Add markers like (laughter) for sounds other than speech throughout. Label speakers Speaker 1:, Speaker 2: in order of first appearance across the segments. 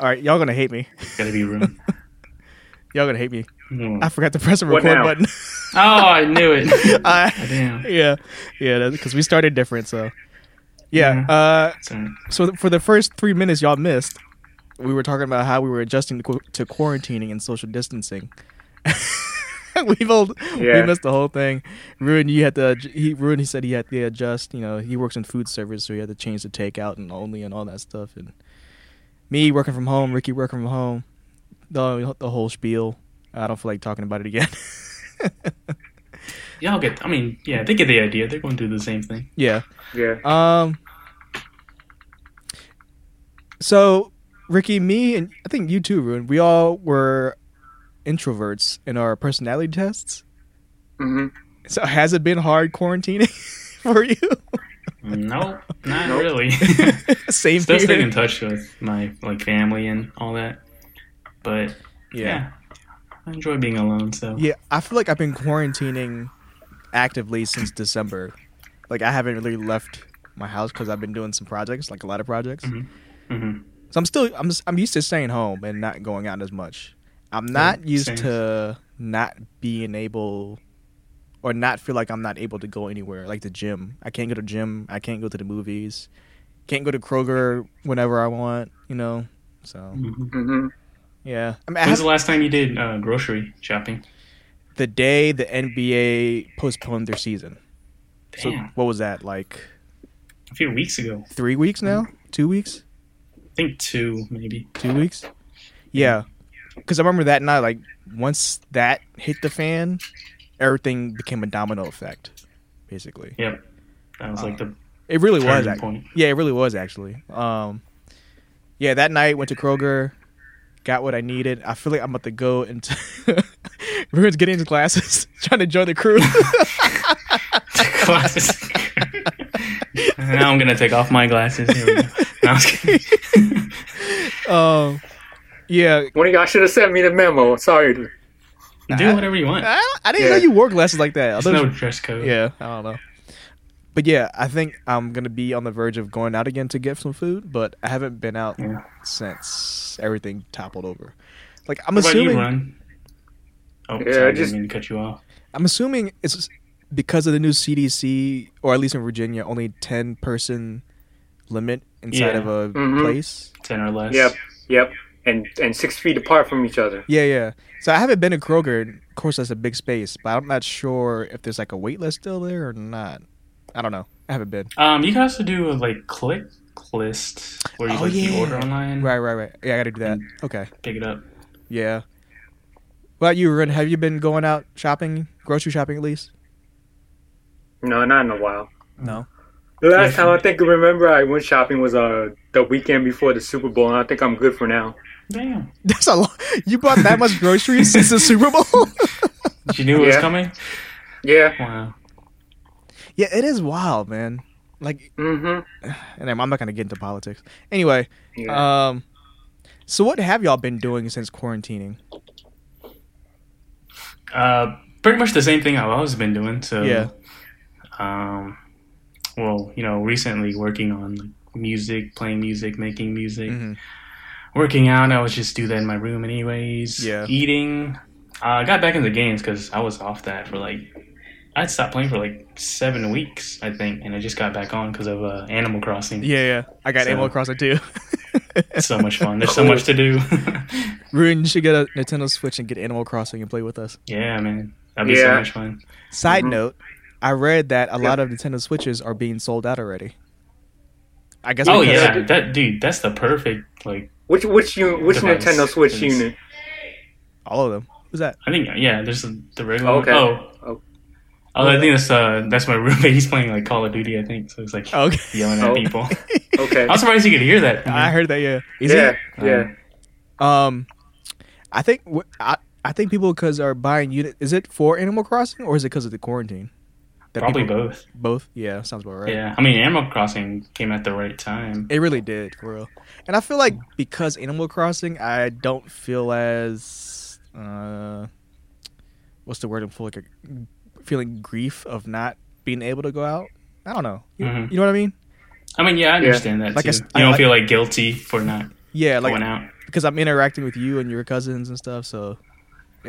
Speaker 1: All right, y'all gonna hate me.
Speaker 2: Gotta be room.
Speaker 1: Y'all gonna hate me.
Speaker 3: (laughs)
Speaker 2: No.
Speaker 1: I forgot to press the
Speaker 2: What
Speaker 1: record
Speaker 2: now? (laughs)
Speaker 1: button. (laughs)
Speaker 3: Oh, I knew it.
Speaker 1: I-
Speaker 3: Damn.
Speaker 1: yeah, yeah, because we started different. So, yeah.
Speaker 3: Yeah.
Speaker 1: Uh,
Speaker 2: Sorry.
Speaker 1: so th- for the first three minutes y'all missed, we were talking about how we were adjusting to, qu- to quarantining and social distancing. (laughs) We've all, we
Speaker 2: Yeah.
Speaker 1: missed the whole thing. Ruin, you had to. adj- He Ruin, he said he had to adjust. You know, he works in food service, so he had to change the takeout and only and all that stuff. And me working from home, Ricky working from home, the the whole spiel. I don't feel like talking about it again. (laughs)
Speaker 3: Y'all get. I mean, yeah, they get the idea. They're going through the same thing.
Speaker 1: yeah.
Speaker 2: Yeah.
Speaker 1: Um. So, Ricky, me, and I think you too, Ruin, we all were introverts in our personality tests.
Speaker 2: Mm-hmm.
Speaker 1: So, has it been hard quarantining (laughs) for you?
Speaker 3: Nope, not
Speaker 2: Nope.
Speaker 1: (laughs)
Speaker 3: really. (laughs)
Speaker 1: Same
Speaker 3: Still staying in
Speaker 1: here.
Speaker 3: touch with my like family and all that, but yeah. I enjoy being alone. So
Speaker 1: Yeah, I feel like I've been quarantining actively since December. Like, I haven't really left my house because I've been doing some projects, like a lot of projects.
Speaker 3: Mhm. hmm
Speaker 1: So I'm still I'm I'm used to staying home and not going out as much. I'm not used
Speaker 3: same.
Speaker 1: to not being able or not feel like I'm not able to go anywhere, like the gym. I can't go to gym, I can't go to the movies, can't go to Kroger whenever I want, you know. So
Speaker 3: hmm
Speaker 2: Mm-hmm.
Speaker 1: yeah. I mean I
Speaker 3: When was
Speaker 1: have
Speaker 3: the last time you did uh, grocery shopping?
Speaker 1: the day the NBA postponed their season. So
Speaker 3: Damn,
Speaker 1: what was that, like
Speaker 3: a few weeks ago.
Speaker 1: three weeks now? Two weeks?
Speaker 3: I think two, maybe.
Speaker 1: two weeks. Yeah, because I remember that night. Like once that hit the fan, everything became a domino effect. Basically,
Speaker 3: Yep, that was like the
Speaker 1: it really was.
Speaker 3: turning
Speaker 1: Ac-
Speaker 3: point.
Speaker 1: yeah, it really was actually. Um, yeah, that night went to Kroger, got what I needed. I feel like I'm about to go into. (laughs) Ruin's getting into classes, (laughs) trying to join the crew. Oh.
Speaker 3: (laughs)
Speaker 1: (laughs)
Speaker 3: glasses. now I'm gonna take off my glasses. Here we go. No, I
Speaker 1: (laughs)
Speaker 3: was kidding.
Speaker 1: um, yeah,
Speaker 2: One of y'all should have sent me the memo. Sorry. dude.
Speaker 1: Uh-huh.
Speaker 3: Do whatever you want.
Speaker 1: I, I didn't know
Speaker 2: Yeah.
Speaker 1: you wore glasses like that. I
Speaker 3: There's
Speaker 1: thought it was
Speaker 3: no dress code.
Speaker 1: Uh, Yeah, I don't know. But yeah, I think I'm gonna be on the verge of going out again to get some food, but I haven't been out
Speaker 3: Yeah.
Speaker 1: since everything toppled over. Like I'm
Speaker 3: What about you,
Speaker 1: assuming,
Speaker 3: Ron? Oh,
Speaker 2: Yeah,
Speaker 3: sorry, I
Speaker 2: I just-
Speaker 3: didn't mean to cut you off.
Speaker 1: I'm assuming it's because of the new CDC, or at least in Virginia, only ten person limit inside
Speaker 3: Yeah.
Speaker 1: of a
Speaker 2: Mhm.
Speaker 1: place.
Speaker 3: Ten or less.
Speaker 2: Yep. Yep. And and six feet apart from each other.
Speaker 1: Yeah, yeah. So I haven't been to Kroger. and Of course, that's a big space, but I'm not sure if there's like a wait list still there or not. I don't know. I haven't been.
Speaker 3: Um, you can also do a, like click list where you
Speaker 1: Oh,
Speaker 3: like you
Speaker 1: yeah.
Speaker 3: order online,
Speaker 1: Right, right, right. Yeah, I gotta do that. Okay.
Speaker 3: pick it up.
Speaker 1: Yeah. Well, you, Ren, have you been going out shopping, grocery shopping at least?
Speaker 2: No, not in a while.
Speaker 1: No.
Speaker 2: The last
Speaker 3: Yeah.
Speaker 2: time I think I remember I went shopping was uh the weekend before the Super Bowl, and I think I'm good for now.
Speaker 3: Damn.
Speaker 1: (laughs) That's a lot. You bought that much groceries since the Super Bowl?
Speaker 3: You knew it was
Speaker 2: Yeah.
Speaker 3: coming.
Speaker 2: Yeah.
Speaker 3: Wow.
Speaker 1: yeah, it is wild, man. Like,
Speaker 2: Mm-hmm.
Speaker 1: and I'm I'm not gonna get into politics. Anyway,
Speaker 2: Yeah.
Speaker 1: um, so what have y'all been doing since quarantining?
Speaker 3: Uh, pretty much the same thing I've always been doing. So
Speaker 1: Yeah.
Speaker 3: Um, well, you know, recently working on like, music, playing music, making music,
Speaker 1: Mhm.
Speaker 3: working out. I would just do that in my room, anyways.
Speaker 1: Yeah.
Speaker 3: Eating. Uh, I got back into games because I was off that for like. I'd stopped playing for like seven weeks, I think, and I just got back on because of uh, Animal Crossing.
Speaker 1: Yeah, yeah. I got
Speaker 3: So-
Speaker 1: Animal Crossing too.
Speaker 3: It's (laughs) so much fun. There's so much to do. (laughs)
Speaker 1: Ruin, you should get a Nintendo Switch and get Animal Crossing and play with us.
Speaker 3: yeah, man. That'd be so
Speaker 2: Yeah.
Speaker 3: much fun.
Speaker 1: Side
Speaker 3: Mm-hmm.
Speaker 2: Mhm.
Speaker 1: note, I read that a lot of Nintendo Switches are being sold out already. I guess.
Speaker 3: oh
Speaker 1: because-
Speaker 3: yeah, that dude. That's the perfect like.
Speaker 2: Which which you which
Speaker 3: Device.
Speaker 2: Nintendo Switch
Speaker 3: Yes.
Speaker 2: unit?
Speaker 1: all of them. Who's
Speaker 3: (laughs)
Speaker 1: that?
Speaker 3: I think yeah. There's the, the regular.
Speaker 2: Okay.
Speaker 3: One. Oh.
Speaker 2: Oh.
Speaker 3: Oh, I think that's uh, that's my (laughs) roommate. He's playing like Call of Duty, I think. So he's like
Speaker 1: Okay.
Speaker 3: yelling at
Speaker 2: Oh.
Speaker 3: people.
Speaker 2: Okay.
Speaker 3: I'm surprised you could hear that. from
Speaker 1: (laughs) I
Speaker 3: me.
Speaker 1: heard that. Yeah. Is
Speaker 2: yeah.
Speaker 3: Um,
Speaker 2: Yeah.
Speaker 1: It, um, I think wh- I, I think people because are buying unit. Is it for Animal Crossing or is it because of the quarantine? That
Speaker 3: probably
Speaker 1: people-
Speaker 3: both.
Speaker 1: Both. Yeah, sounds about right.
Speaker 3: Yeah, I mean, Animal Crossing came at the right time.
Speaker 1: It really did, for real. And I feel like because Animal Crossing, I don't feel as uh, what's the word? I'm feeling like a, feeling grief of not being able to go out. I don't know. You,
Speaker 3: Mhm.
Speaker 1: you know what I mean?
Speaker 3: I mean, yeah, I understand that
Speaker 1: Like I
Speaker 3: too.
Speaker 1: s-
Speaker 3: you
Speaker 1: I-
Speaker 3: don't
Speaker 1: I-
Speaker 3: feel like guilty for not
Speaker 1: Yeah, like
Speaker 3: going out.
Speaker 1: because I'm interacting with you and your cousins and stuff. So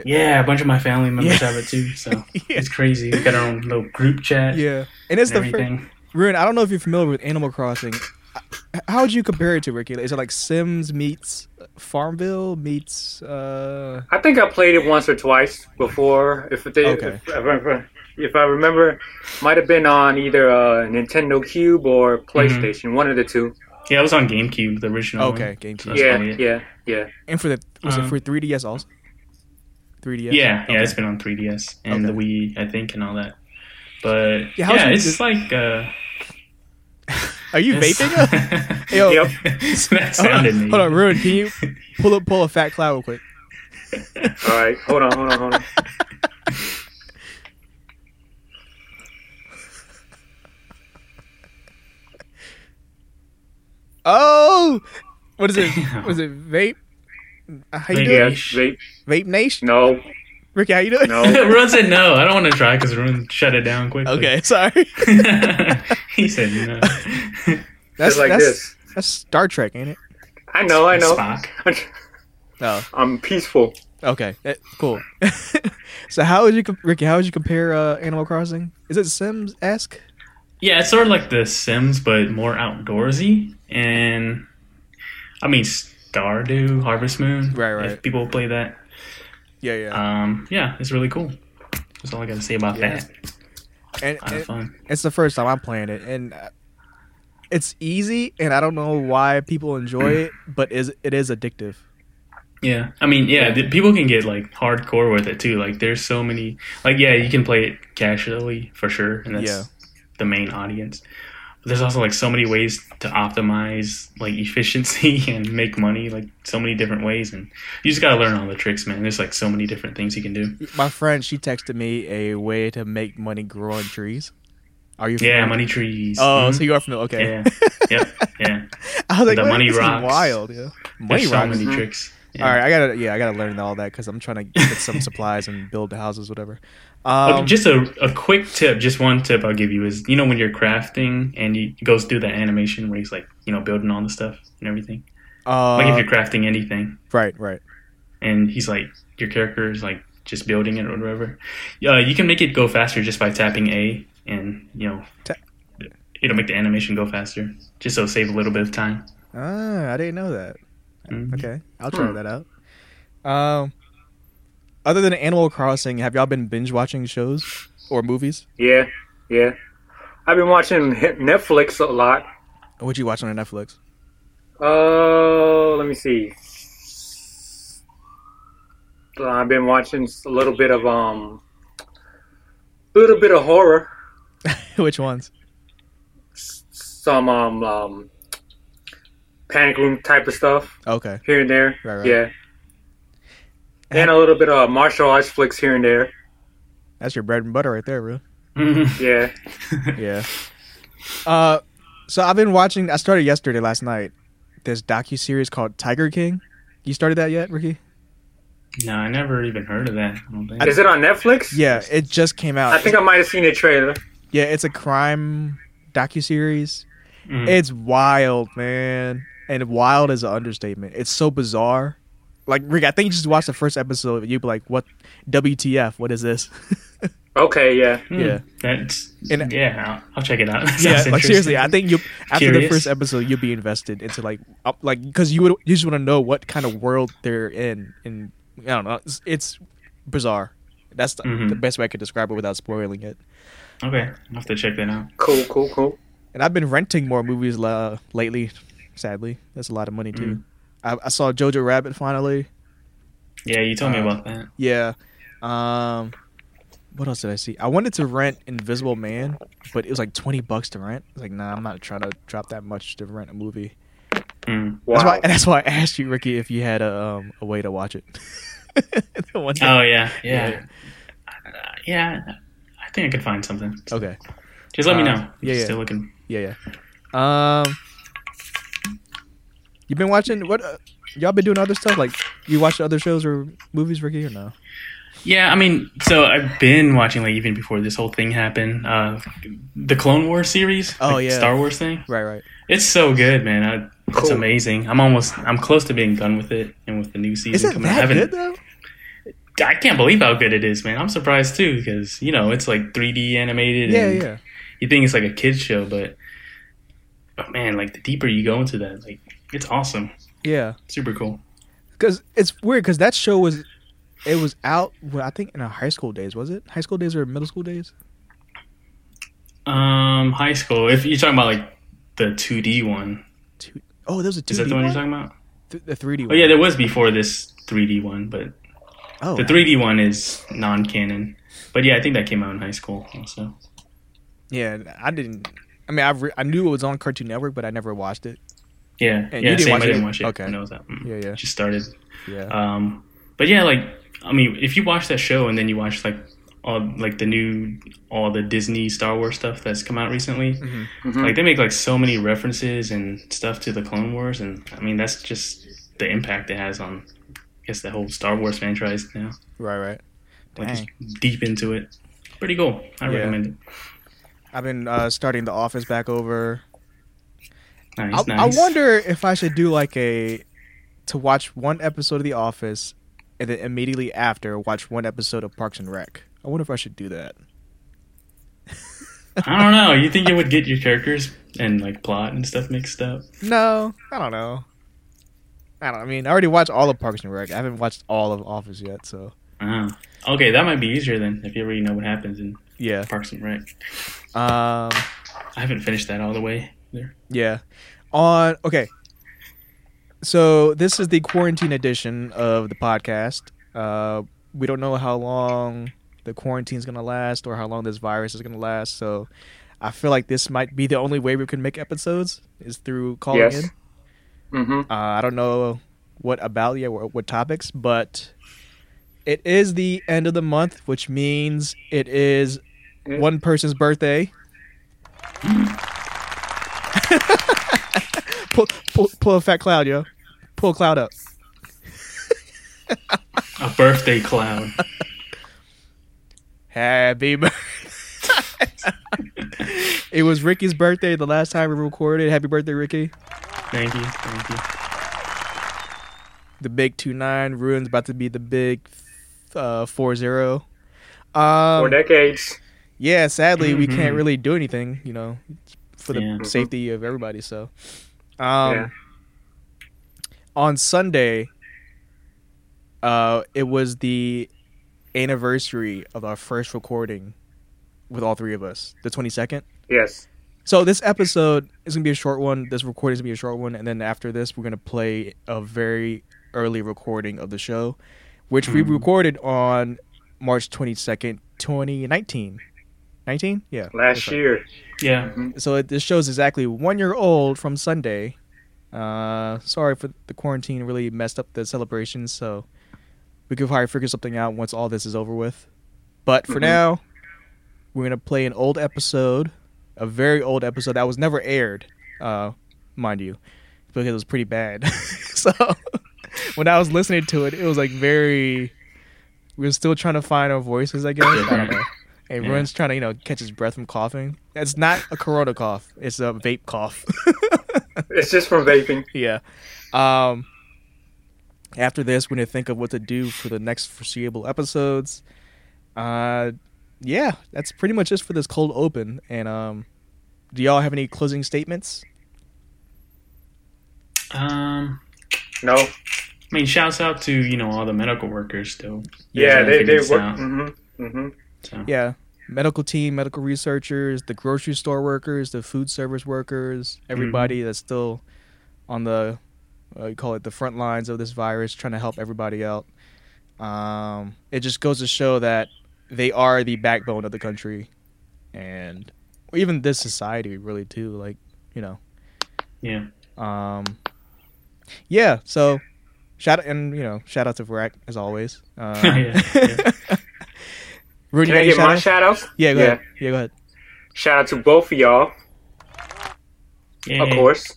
Speaker 3: Yeah, a bunch of my family members
Speaker 1: Yeah.
Speaker 3: have it too, so
Speaker 1: (laughs) yeah,
Speaker 3: it's crazy. We got our own little group chat
Speaker 1: yeah. And it's
Speaker 3: and
Speaker 1: the first,
Speaker 3: everything.
Speaker 1: Ruin. I don't know if you're familiar with Animal Crossing. H- How would you compare it to Ricky? Is it like Sims meets uh, Farmville meets? uh
Speaker 2: I think I played it once or twice before. If they,
Speaker 1: Okay.
Speaker 2: if, if, I- if I remember, might have been on either uh, Nintendo Cube or
Speaker 1: Mm-hmm.
Speaker 2: PlayStation, one of the two.
Speaker 3: Yeah, it was on GameCube, the original. one.
Speaker 1: Okay, GameCube.
Speaker 3: That's
Speaker 2: yeah,
Speaker 3: probably it.
Speaker 2: yeah, yeah.
Speaker 1: And for the was it
Speaker 3: Um,
Speaker 1: for 3DS also? 3DS.
Speaker 3: Yeah, yeah,
Speaker 1: Okay.
Speaker 3: it's been on 3DS
Speaker 1: Okay.
Speaker 3: and the Wii, I think, and all that. But
Speaker 1: Yeah,
Speaker 3: yeah,
Speaker 1: how's it-
Speaker 3: it's just like uh,
Speaker 1: Are you
Speaker 3: it's- (laughs)
Speaker 1: vaping? Yo.
Speaker 2: Yep.
Speaker 3: that
Speaker 1: hold,
Speaker 3: sounded
Speaker 1: on,
Speaker 3: mean.
Speaker 1: hold on, Ruin. Can you pull up pull a fat cloud real quick? (laughs)
Speaker 2: All right, hold on, hold on, hold on.
Speaker 1: Oh, what is it?
Speaker 3: Damn.
Speaker 1: Was it vape? How you
Speaker 3: Vape.
Speaker 2: Yeah,
Speaker 1: doing?
Speaker 2: vape.
Speaker 1: Vape Nation,
Speaker 2: No,
Speaker 1: Ricky. How you doing?
Speaker 3: (laughs)
Speaker 2: No.
Speaker 3: Ruin said no. I don't want to try because Ruin shut it down quickly.
Speaker 1: Okay, (laughs) sorry.
Speaker 3: (laughs) he said no.
Speaker 1: That's
Speaker 2: just like
Speaker 1: that's,
Speaker 2: this.
Speaker 1: that's Star Trek, ain't it?
Speaker 2: I know, I know.
Speaker 3: Spock.
Speaker 1: Oh,
Speaker 2: (laughs) I'm peaceful.
Speaker 1: okay, Eh, cool. (laughs) so, how would you, com- Ricky? How would you compare uh, Animal Crossing? Is it Sims esque?
Speaker 3: Yeah, it's sort of like The Sims, but more outdoorsy. And I mean, Stardew, Harvest Moon.
Speaker 1: Right, right.
Speaker 3: If people play that,
Speaker 1: Yeah, yeah.
Speaker 3: um, yeah, it's really cool. That's all I got to say about
Speaker 1: Yeah.
Speaker 3: that.
Speaker 1: and,
Speaker 3: Kind
Speaker 1: and-
Speaker 3: of fun.
Speaker 1: it's the first time I'm playing it, and uh, it's easy. And I don't know why people enjoy
Speaker 3: (clears throat)
Speaker 1: it, but is it is addictive.
Speaker 3: Yeah, I mean, yeah, the, people can get like hardcore with it too. Like, there's so many. Like, yeah, you can play it casually for sure, and that's
Speaker 1: Yeah.
Speaker 3: the main audience. But there's also like so many ways to optimize like (laughs) efficiency and make money. Like, so many different ways, and you just gotta learn all the tricks, man. There's like so many different things you can do.
Speaker 1: My friend, she texted me a way to make money grow on trees. Are you?
Speaker 3: Yeah,
Speaker 1: familiar?
Speaker 3: money trees.
Speaker 1: Oh,
Speaker 3: Mhm.
Speaker 1: so you are familiar. Okay. (laughs)
Speaker 3: yeah, yep, yeah.
Speaker 1: I was like,
Speaker 3: The
Speaker 1: "What?
Speaker 3: money
Speaker 1: this
Speaker 3: rocks.
Speaker 1: is wild. Yeah. Money
Speaker 3: There's so
Speaker 1: rocks.
Speaker 3: many
Speaker 2: Mhm.
Speaker 3: tricks. Yeah.
Speaker 1: All right, I gotta yeah, I gotta learn all that because I'm trying to get some supplies
Speaker 3: (laughs)
Speaker 1: and build houses, whatever. Um,
Speaker 3: Okay, just a, a quick tip, just one tip I'll give you is you know when you're crafting and you, it goes through that animation where he's like you know building all the stuff and everything.
Speaker 1: uh,
Speaker 3: Like if you're crafting anything
Speaker 1: right, right.
Speaker 3: and he's like your character is like just building it or whatever, uh, you can make it go faster just by tapping A and you know
Speaker 1: Ta-
Speaker 3: it'll make the animation go faster. Just so save a little bit of time.
Speaker 1: Ah, I didn't know that.
Speaker 3: Mhm.
Speaker 1: Okay, I'll try
Speaker 2: Hmm.
Speaker 1: that out. Um, other than Animal Crossing, have y'all been binge watching shows or movies?
Speaker 2: Yeah, yeah. I've been watching Netflix a lot.
Speaker 1: What you watch on Netflix? (laughs)
Speaker 2: Uh, let me see. So I've been watching a little bit of um, a little bit of horror.
Speaker 1: Which ones?
Speaker 2: Some um, um, panic room type of stuff
Speaker 1: Okay,
Speaker 2: here and there.
Speaker 1: Right, right.
Speaker 2: Yeah. And a little bit of martial arts flicks here and there.
Speaker 1: that's your bread and butter right there, bro.
Speaker 2: Yeah.
Speaker 1: Yeah. Uh, so I've been watching. I started yesterday, last night. This docu series called Tiger King. You started that yet, Ricky?
Speaker 3: (laughs) no, I never even heard of that. I don't think.
Speaker 2: Is it on Netflix?
Speaker 1: Yeah, it just came out.
Speaker 2: I think I might have seen the trailer.
Speaker 1: Yeah, it's a crime docuseries.
Speaker 3: Mhm.
Speaker 1: It's wild, man. And wild is an understatement. It's so bizarre. Like Rick, I think you just watched the first episode. You'd be like, "What? WTF? What is this?" (laughs)
Speaker 2: Okay. Yeah.
Speaker 3: Hmm,
Speaker 1: yeah.
Speaker 3: That's
Speaker 1: And-
Speaker 3: yeah. I'll, I'll check it out. (laughs) That
Speaker 1: yeah,
Speaker 3: sounds
Speaker 1: like seriously, I
Speaker 3: interesting.
Speaker 1: think you after the
Speaker 3: Curious.
Speaker 1: first episode, you'll be invested into like, up, like because you would you just want to know what kind of world they're in, and I don't know. It's, it's bizarre. That's the,
Speaker 3: Mhm.
Speaker 1: the best way I could describe it without spoiling it.
Speaker 3: Okay, I'll have to check that out.
Speaker 2: Cool. Cool. Cool.
Speaker 1: and I've been renting more movies la lately. Sadly, that's a lot of money too. I, I saw Jojo Rabbit finally.
Speaker 3: Yeah, you told me
Speaker 1: Uh,
Speaker 3: about that.
Speaker 1: Yeah. Um, what else did I see? I wanted to rent Invisible Man, but it was like twenty bucks to rent. I was like, nah, I'm not trying to drop that much to rent a movie.
Speaker 3: Mm.
Speaker 2: Wow.
Speaker 1: That's why. That's why I asked you, Ricky, if you had a um, a way to watch it. (laughs) The one day-
Speaker 3: Oh yeah,
Speaker 1: Yeah.
Speaker 3: yeah, yeah. I, yeah, I think I could find something.
Speaker 1: Okay.
Speaker 3: Just let me
Speaker 1: Oh, Uh,
Speaker 3: know.
Speaker 1: yeah, yeah.
Speaker 3: Still looking.
Speaker 1: Yeah, yeah. Um, you been watching what? Uh, y'all been doing other stuff like you watch other shows or movies, Ricky, or no?
Speaker 3: Yeah, I mean, so I've been watching like even before this whole thing happened. Uh, the Clone Wars series.
Speaker 1: Oh,
Speaker 3: the
Speaker 1: yeah.
Speaker 3: Star Wars thing.
Speaker 1: Right, right.
Speaker 3: It's so good, man. It's amazing. I'm almost. I'm close to being done with it, and with the new season
Speaker 1: Is it
Speaker 3: coming, out,
Speaker 1: that
Speaker 3: I
Speaker 1: good
Speaker 3: haven't.
Speaker 1: though?
Speaker 3: I can't believe how good it is, man. I'm surprised too because you know it's like 3D animated.
Speaker 1: Yeah,
Speaker 3: and
Speaker 1: yeah.
Speaker 3: You think it's like a kids show, but but man, like the deeper you go into that, like it's awesome,
Speaker 1: Yeah.
Speaker 3: super cool.
Speaker 1: because it's weird because that show was it was out well, i think in our high school days was it high school days or middle school days
Speaker 3: Um, high school. If you're talking about like the 2D one,
Speaker 1: Two, oh there's a 2d
Speaker 3: is that the one,
Speaker 1: one,
Speaker 3: you're talking about?
Speaker 1: Th- the 3d
Speaker 3: Oh
Speaker 1: one.
Speaker 3: yeah, there was before this 3D one, but
Speaker 1: oh
Speaker 3: the 3D one is non-canon. But yeah, I think that came out in high school also.
Speaker 1: yeah i didn't i mean i re- i knew it was on cartoon network but i never watched it
Speaker 3: Yeah,
Speaker 1: And
Speaker 3: yeah.
Speaker 1: you didn't
Speaker 3: same.
Speaker 1: watch
Speaker 3: I didn't
Speaker 1: it?
Speaker 3: watch it.
Speaker 1: Okay.
Speaker 3: when I was out. Mm.
Speaker 1: Yeah, yeah.
Speaker 3: Just started.
Speaker 1: yeah
Speaker 3: Um, but yeah, like I mean, if you watch that show and then you watch like all like the new all the Disney Star Wars stuff that's come out recently,
Speaker 2: Mhm.
Speaker 1: Mm.
Speaker 3: like they make like so many references and stuff to the Clone Wars, and I mean that's just the impact it has on, I guess the whole Star Wars franchise now.
Speaker 1: right right
Speaker 3: Like it's
Speaker 1: Dang.
Speaker 3: deep into it. Pretty cool. I
Speaker 1: Yeah.
Speaker 3: recommend it.
Speaker 1: i've been uh starting the office back over
Speaker 3: Nice,
Speaker 1: I,
Speaker 3: nice.
Speaker 1: I wonder if i should do like a to watch one episode of the office and then immediately after watch one episode of parks and rec i wonder if i should do that
Speaker 3: I don't know. You think it would get your characters and like plot and stuff mixed up?
Speaker 1: No, I don't know. I don't. I mean, I already watched all of Parks and Rec. I haven't watched all of Office yet, so
Speaker 3: Ah, okay, that might be easier then if you already know what happens in
Speaker 1: yeah.
Speaker 3: Parks and Rec.
Speaker 1: Um,
Speaker 3: I haven't finished that all the way there.
Speaker 1: yeah. On okay. So this is the quarantine edition of the podcast. Uh, we don't know how long the quarantine's gonna last or how long this virus is gonna last. So I feel like this might be the only way we can make episodes is through calling
Speaker 2: Yes.
Speaker 1: in.
Speaker 2: hmm
Speaker 1: Uh, I don't know what about yet, what, what topics, but it is the end of the month, which means it is one person's birthday. pull, pull, pull a fat cloud, yo. Pull a cloud up.
Speaker 3: A birthday cloud. (laughs)
Speaker 1: Happy (laughs) birthday. it was Ricky's birthday the last time we recorded. Happy birthday, Ricky.
Speaker 3: Thank you, thank you.
Speaker 1: The big 2 9. Ruin's about to be the big uh, 4 0. Um,
Speaker 2: For decades.
Speaker 1: Yeah, sadly, we can't
Speaker 3: Mhm.
Speaker 1: really do anything, you know, for the
Speaker 3: Yeah.
Speaker 1: safety of everybody. So, um,
Speaker 2: Yeah.
Speaker 1: on Sunday, uh, it was the anniversary of our first recording with all three of us, the 22nd.
Speaker 2: Yes.
Speaker 1: So, this episode is going to be a short one. This recording is going to be a short one. And then after this, we're going to play a very early recording of the show, which we
Speaker 3: Mhm.
Speaker 1: recorded on March 22nd, 2019. 19? Yeah.
Speaker 2: Last
Speaker 1: that's right
Speaker 2: year.
Speaker 3: Yeah,
Speaker 1: so it, this show's exactly one year old from Sunday. Uh, sorry for the quarantine really messed up the celebrations, so we could probably figure something out once all this is over with. But for
Speaker 2: Mhm.
Speaker 1: now, we're gonna play an old episode, a very old episode that was never aired, uh, mind you, because it was pretty bad. (laughs) so when I was listening to it, it was like very. We were still trying to find our voices, I guess. I don't know. And
Speaker 3: Yeah.
Speaker 1: Ruin's trying to, you know, catch his breath from coughing. It's not a corona cough. It's a vape cough. (laughs)
Speaker 2: It's just from vaping.
Speaker 1: yeah. Um, after this, we're going to think of what to do for the next foreseeable episodes. Uh, yeah, that's pretty much it for this cold open. And um, do y'all have any closing statements?
Speaker 3: Um,
Speaker 2: No.
Speaker 3: I mean, shouts out to you know all the medical workers though.
Speaker 2: Yeah, they, they
Speaker 3: figured this
Speaker 2: work.
Speaker 3: out,
Speaker 2: hmm hmm
Speaker 3: so.
Speaker 1: Yeah. Medical team, medical researchers, the grocery store workers, the food service workers,
Speaker 3: Mm-hmm.
Speaker 1: everybody that's still on the, uh, you call it the front lines of this virus, trying to help everybody out. Um, it just goes to show that they are the backbone of the country and even this society, really, too. Like, you know.
Speaker 3: Yeah.
Speaker 1: Um, yeah, so shout and, you know, shout out to Vrak, as
Speaker 3: (laughs)
Speaker 1: always. Uh,
Speaker 3: Yeah, yeah.
Speaker 1: (laughs) Rudy,
Speaker 2: Can
Speaker 1: got
Speaker 2: I
Speaker 1: any
Speaker 2: get my
Speaker 1: shout-outs?
Speaker 2: shout outs?
Speaker 1: Yeah, go
Speaker 2: Yeah.
Speaker 1: ahead. Yeah, go ahead.
Speaker 2: Shout out to both of y'all,
Speaker 3: Yay.
Speaker 2: of course.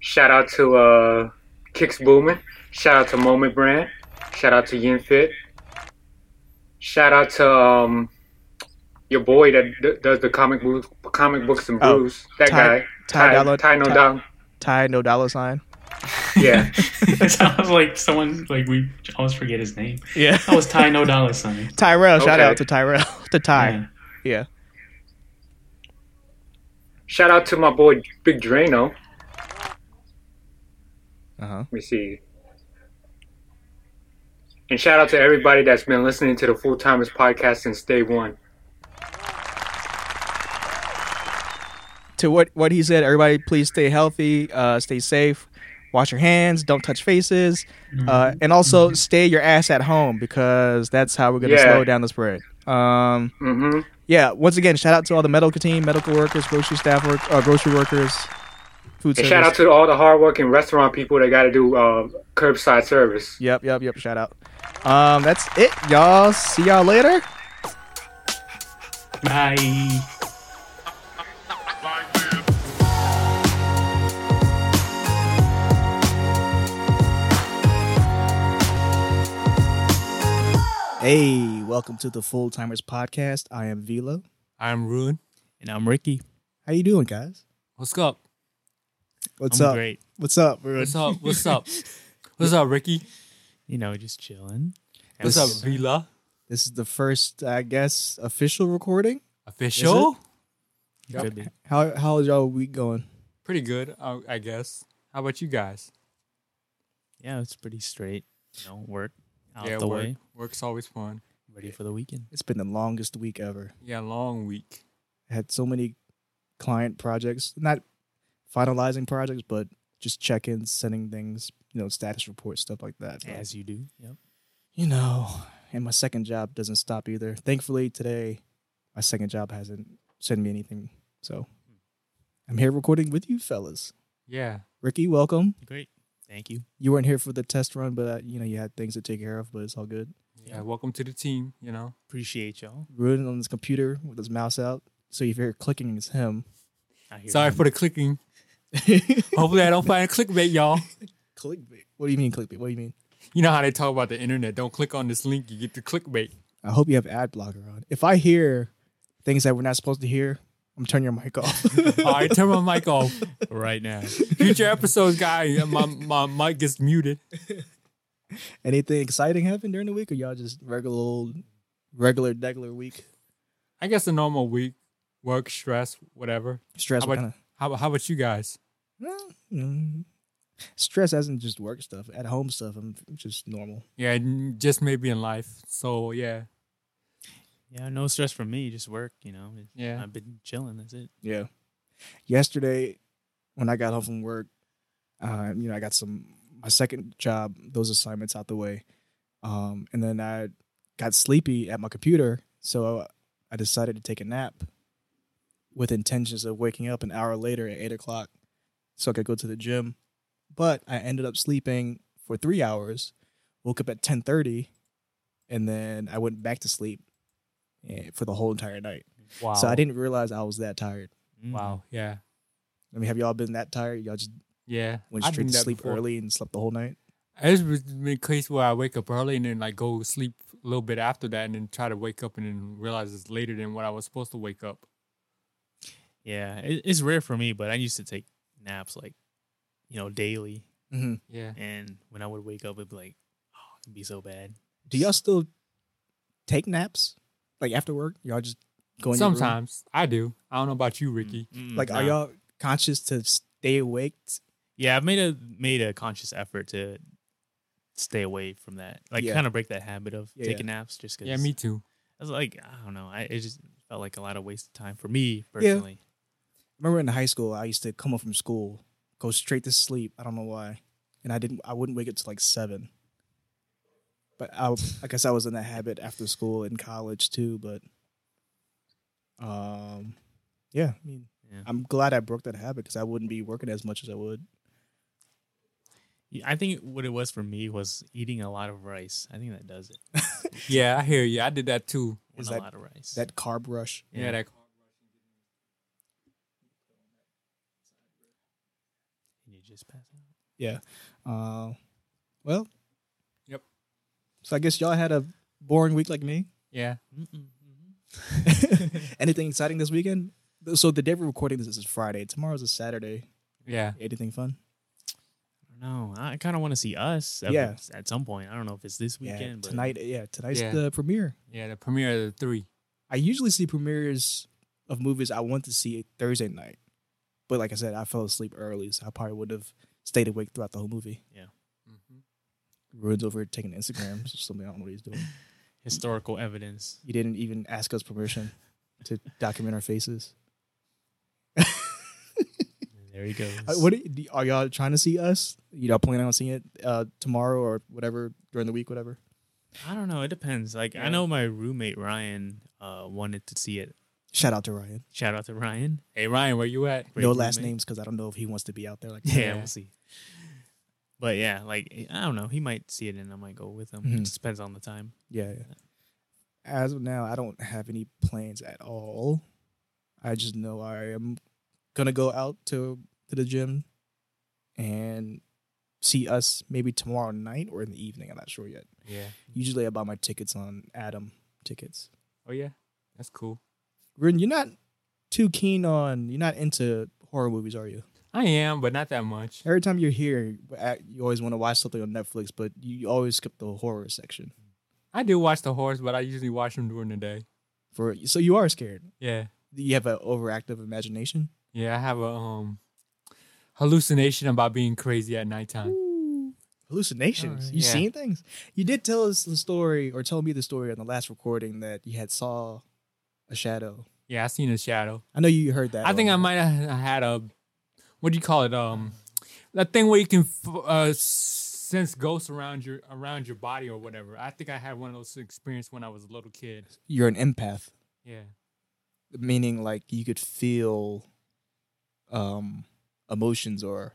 Speaker 2: Shout out to uh, Kicks Boomin. Shout out to Moment Brand. Shout out to Yin Fit. Shout out to um, your boy that d- does the comic book, comic books and
Speaker 1: Oh,
Speaker 2: brews. that
Speaker 1: Ty-
Speaker 2: guy,
Speaker 1: Ty Dolla-
Speaker 2: Ty No
Speaker 1: Ty-
Speaker 2: Down.
Speaker 1: Ty no dollar sign.
Speaker 3: (laughs)
Speaker 2: Yeah.
Speaker 3: it sounds like someone like we always forget his name.
Speaker 1: (laughs) Yeah.
Speaker 3: That was Ty No Dollar Sign.
Speaker 1: Oh, Tyrell. Shout
Speaker 2: Okay.
Speaker 1: out to Tyrell (laughs) to Ty.
Speaker 3: Yeah.
Speaker 1: Yeah.
Speaker 2: Shout out to my boy Big Drano. Let
Speaker 1: Uh huh.
Speaker 2: me see. And shout out to everybody that's been listening to the Full Timers podcast since day one.
Speaker 1: To what what he said. Everybody, please stay healthy. Uh, stay safe. Wash your hands. Don't touch faces. Uh, and also stay your ass at home because that's how we're gonna
Speaker 2: Yeah.
Speaker 1: slow down the spread. Um.
Speaker 2: Mm-hmm.
Speaker 1: Yeah. Once again, shout out to all the medical team, medical workers, grocery staff work, uh, grocery workers, food
Speaker 2: And
Speaker 1: service.
Speaker 2: shout out to all the hardworking restaurant people that got to do uh, curbside service.
Speaker 1: Yep, yep, yep. Shout out. Um, that's it, y'all. See y'all later.
Speaker 3: Bye.
Speaker 1: Hey, welcome to the Full Timers Podcast. I am Velo.
Speaker 4: I'm Ruin.
Speaker 5: And I'm Ricky.
Speaker 1: How you doing, guys?
Speaker 4: What's up?
Speaker 1: What's
Speaker 5: I'm
Speaker 1: up?
Speaker 5: great.
Speaker 1: What's up, Ruin?
Speaker 4: What's (laughs) up? What's up? What's up, Ricky?
Speaker 5: You know, just chilling.
Speaker 4: What's up, Vila?
Speaker 1: This is the first, I guess, official recording.
Speaker 4: Official?
Speaker 5: Could be.
Speaker 1: How how is y'all week going?
Speaker 4: Pretty good, I, I guess. How about you guys?
Speaker 5: Yeah, it's pretty straight. You know, work out
Speaker 4: yeah,
Speaker 5: the
Speaker 4: work.
Speaker 5: way,
Speaker 4: Work's always fun.
Speaker 5: ready for the weekend.
Speaker 1: It's been the longest week ever.
Speaker 4: Yeah, long week.
Speaker 1: I had so many client projects, not finalizing projects, but just check-ins, sending things, you know, status reports, stuff like that.
Speaker 5: As you do. Yep.
Speaker 1: you know, and my second job doesn't stop either. Thankfully, today, my second job hasn't sent me anything. So I'm here recording with you fellas.
Speaker 4: Yeah.
Speaker 1: Ricky, welcome.
Speaker 5: Great. Thank you.
Speaker 1: You weren't here for the test run, but uh, you know you had things to take care of. But it's all good.
Speaker 4: Yeah. Welcome to the team, you know?
Speaker 5: Appreciate y'all.
Speaker 1: Ruin on his computer with his mouse out, so if you hear clicking, it's him. (laughs)
Speaker 5: I hear
Speaker 4: Sorry
Speaker 5: you.
Speaker 4: for the clicking. Hopefully, I don't find clickbait, y'all.
Speaker 1: clickbait. What do you mean clickbait? What do you mean?
Speaker 4: You know how they talk about the internet. Don't click on this link, you get the clickbait.
Speaker 1: I hope you have ad blocker on. If I hear things that we're not supposed to hear, I'm turning your mic off.
Speaker 4: (laughs) All right, turn my mic off.
Speaker 5: (laughs) right now.
Speaker 4: Future episodes, guy, my, my mic gets muted.
Speaker 1: Anything exciting happen during the week, or y'all just regular old, regular degular week?
Speaker 4: I guess a normal week, work, stress, whatever.
Speaker 1: Stress
Speaker 4: How
Speaker 1: what
Speaker 4: about-
Speaker 1: kind of
Speaker 4: How, how about you guys?
Speaker 1: Well, mm, stress isn't just work stuff. At home stuff, I'm just normal.
Speaker 4: Yeah, n- just maybe in life. So yeah,
Speaker 5: Yeah, no stress from me. Just work. You know.
Speaker 4: Yeah.
Speaker 5: I've been chilling. That's it.
Speaker 1: Yeah. Yesterday, when I got home from work, uh, you know, I got some my second job, those assignments out the way, um, and then I got sleepy at my computer, so I decided to take a nap, with intentions of waking up an hour later at eight o'clock, so I could go to the gym. But I ended up sleeping for three hours, woke up at ten thirty, and then I went back to sleep eh, for the whole entire night.
Speaker 4: wow.
Speaker 1: So I didn't realize I was that tired.
Speaker 5: Mm.
Speaker 4: Wow. Yeah.
Speaker 1: I mean, have y'all been that tired? Y'all just
Speaker 4: Yeah.
Speaker 1: went
Speaker 4: I've
Speaker 1: straight
Speaker 4: done
Speaker 1: to
Speaker 4: that
Speaker 1: sleep
Speaker 4: before.
Speaker 1: early and slept the whole night?
Speaker 4: It's been a case where I wake up early and then like go sleep a little bit after that, and then try to wake up and then realize it's later than what I was supposed to wake up.
Speaker 5: Yeah, it, it's rare for me, but I used to take naps like, you know, daily.
Speaker 1: Mm-hmm.
Speaker 4: Yeah.
Speaker 5: And when I would wake up, it'd be like, oh, it'd be so bad.
Speaker 1: Do y'all still take naps? Like after work? Y'all just go in your room?
Speaker 4: Sometimes I do. I don't know about you, Ricky.
Speaker 5: Mm,
Speaker 1: Like, are
Speaker 5: nah.
Speaker 1: y'all conscious to stay awake?
Speaker 5: Yeah, I've made a made a conscious effort to stay away from that. Like,
Speaker 1: Yeah.
Speaker 5: kind of break that habit of
Speaker 1: Yeah,
Speaker 5: taking naps, just because.
Speaker 4: Yeah, me too.
Speaker 5: I was like, I don't know. I it just felt like a lot of wasted time for me personally.
Speaker 1: Remember in high school, I used to come home from school, go straight to sleep. I don't know why, and I didn't. I wouldn't wake up till like seven. But I, I guess I was in that habit after school in college too. But, um, yeah. I mean,
Speaker 5: Yeah.
Speaker 1: I'm glad I broke that habit because I wouldn't be working as much as I would.
Speaker 5: Yeah, I think what it was for me was eating a lot of rice. I think that does it.
Speaker 4: Yeah, I hear you. I did that too.
Speaker 5: Eating
Speaker 1: Is
Speaker 5: a
Speaker 1: that-
Speaker 5: lot of rice.
Speaker 1: That carb rush.
Speaker 4: Yeah,
Speaker 5: Yeah.
Speaker 4: that.
Speaker 5: and you just pass out.
Speaker 1: Uh, well.
Speaker 4: Yep.
Speaker 1: So I guess y'all had a boring week like me. (laughs)
Speaker 4: Yeah.
Speaker 5: Mm-mm.
Speaker 1: Anything exciting this weekend? So the day we're recording this is Friday. Tomorrow's a Saturday.
Speaker 4: Yeah.
Speaker 1: Anything fun?
Speaker 5: No, I kind of want to see us. At,
Speaker 1: Yeah.
Speaker 5: at some point. I don't know if it's this weekend.
Speaker 1: yeah,
Speaker 5: but
Speaker 1: tonight. Yeah, tonight's
Speaker 4: Yeah.
Speaker 1: the premiere.
Speaker 4: Yeah, the premiere of the three.
Speaker 1: I usually see premieres of movies I want to see Thursday night, but like I said, I fell asleep early, so I probably would have stayed awake throughout the whole movie.
Speaker 4: Mm-hmm.
Speaker 1: Ruin's over here taking Instagram, so something I don't know what he's doing.
Speaker 5: historical evidence.
Speaker 1: You didn't even ask us permission to document our faces.
Speaker 5: There he goes.
Speaker 1: Uh, What do- do- are y'all trying to see us? You know, planning on seeing it uh, tomorrow or whatever during the week, whatever.
Speaker 5: I don't know. It depends. Like
Speaker 1: Yeah.
Speaker 5: I know my roommate Ryan uh, wanted to see it.
Speaker 1: Shout out to Ryan.
Speaker 5: Shout out to Ryan.
Speaker 4: Hey Ryan, where you at?
Speaker 5: Great
Speaker 1: no last
Speaker 5: roommate.
Speaker 1: names because I don't know if he wants to be out there. Like,
Speaker 5: Yeah,
Speaker 4: Yeah.
Speaker 5: we'll see. But yeah, like I don't know. He might see it and I might go with him. It
Speaker 1: Mhm.
Speaker 5: just depends on
Speaker 1: (laughs)
Speaker 5: the time.
Speaker 1: Yeah, yeah. As of now, I don't have any plans at all. I just know I am gonna go out to to the gym and see us maybe tomorrow night or in the evening. I'm not sure yet.
Speaker 4: Yeah.
Speaker 1: Usually, I buy my tickets on Adam tickets.
Speaker 4: Oh yeah, that's cool.
Speaker 1: Rin, you're not too keen on. You're not into horror movies, are you?
Speaker 4: I am, but not that much.
Speaker 1: Every time you're here, uh, you always want to watch something on Netflix, but you always skip the horror section.
Speaker 4: I do watch the horse, but I usually watch them during the day.
Speaker 1: For so you are scared.
Speaker 4: Yeah.
Speaker 1: You have an overactive imagination.
Speaker 4: Yeah, I have a um hallucination about being crazy at nighttime.
Speaker 1: hallucinations.
Speaker 4: Alright.
Speaker 1: You
Speaker 4: Yeah.
Speaker 1: seen things? You did tell us the story, or tell me the story on the last recording that you had saw a shadow.
Speaker 4: Yeah, I seen a shadow.
Speaker 1: I know you heard that.
Speaker 4: I think I
Speaker 1: on-
Speaker 4: might have had a what do you call it? Um, that thing where you can f- uh, s- sense ghosts around your around your body or whatever. I think I had one of those experience when I was a little kid.
Speaker 1: you're an empath,
Speaker 4: Yeah,
Speaker 1: meaning like you could feel um emotions or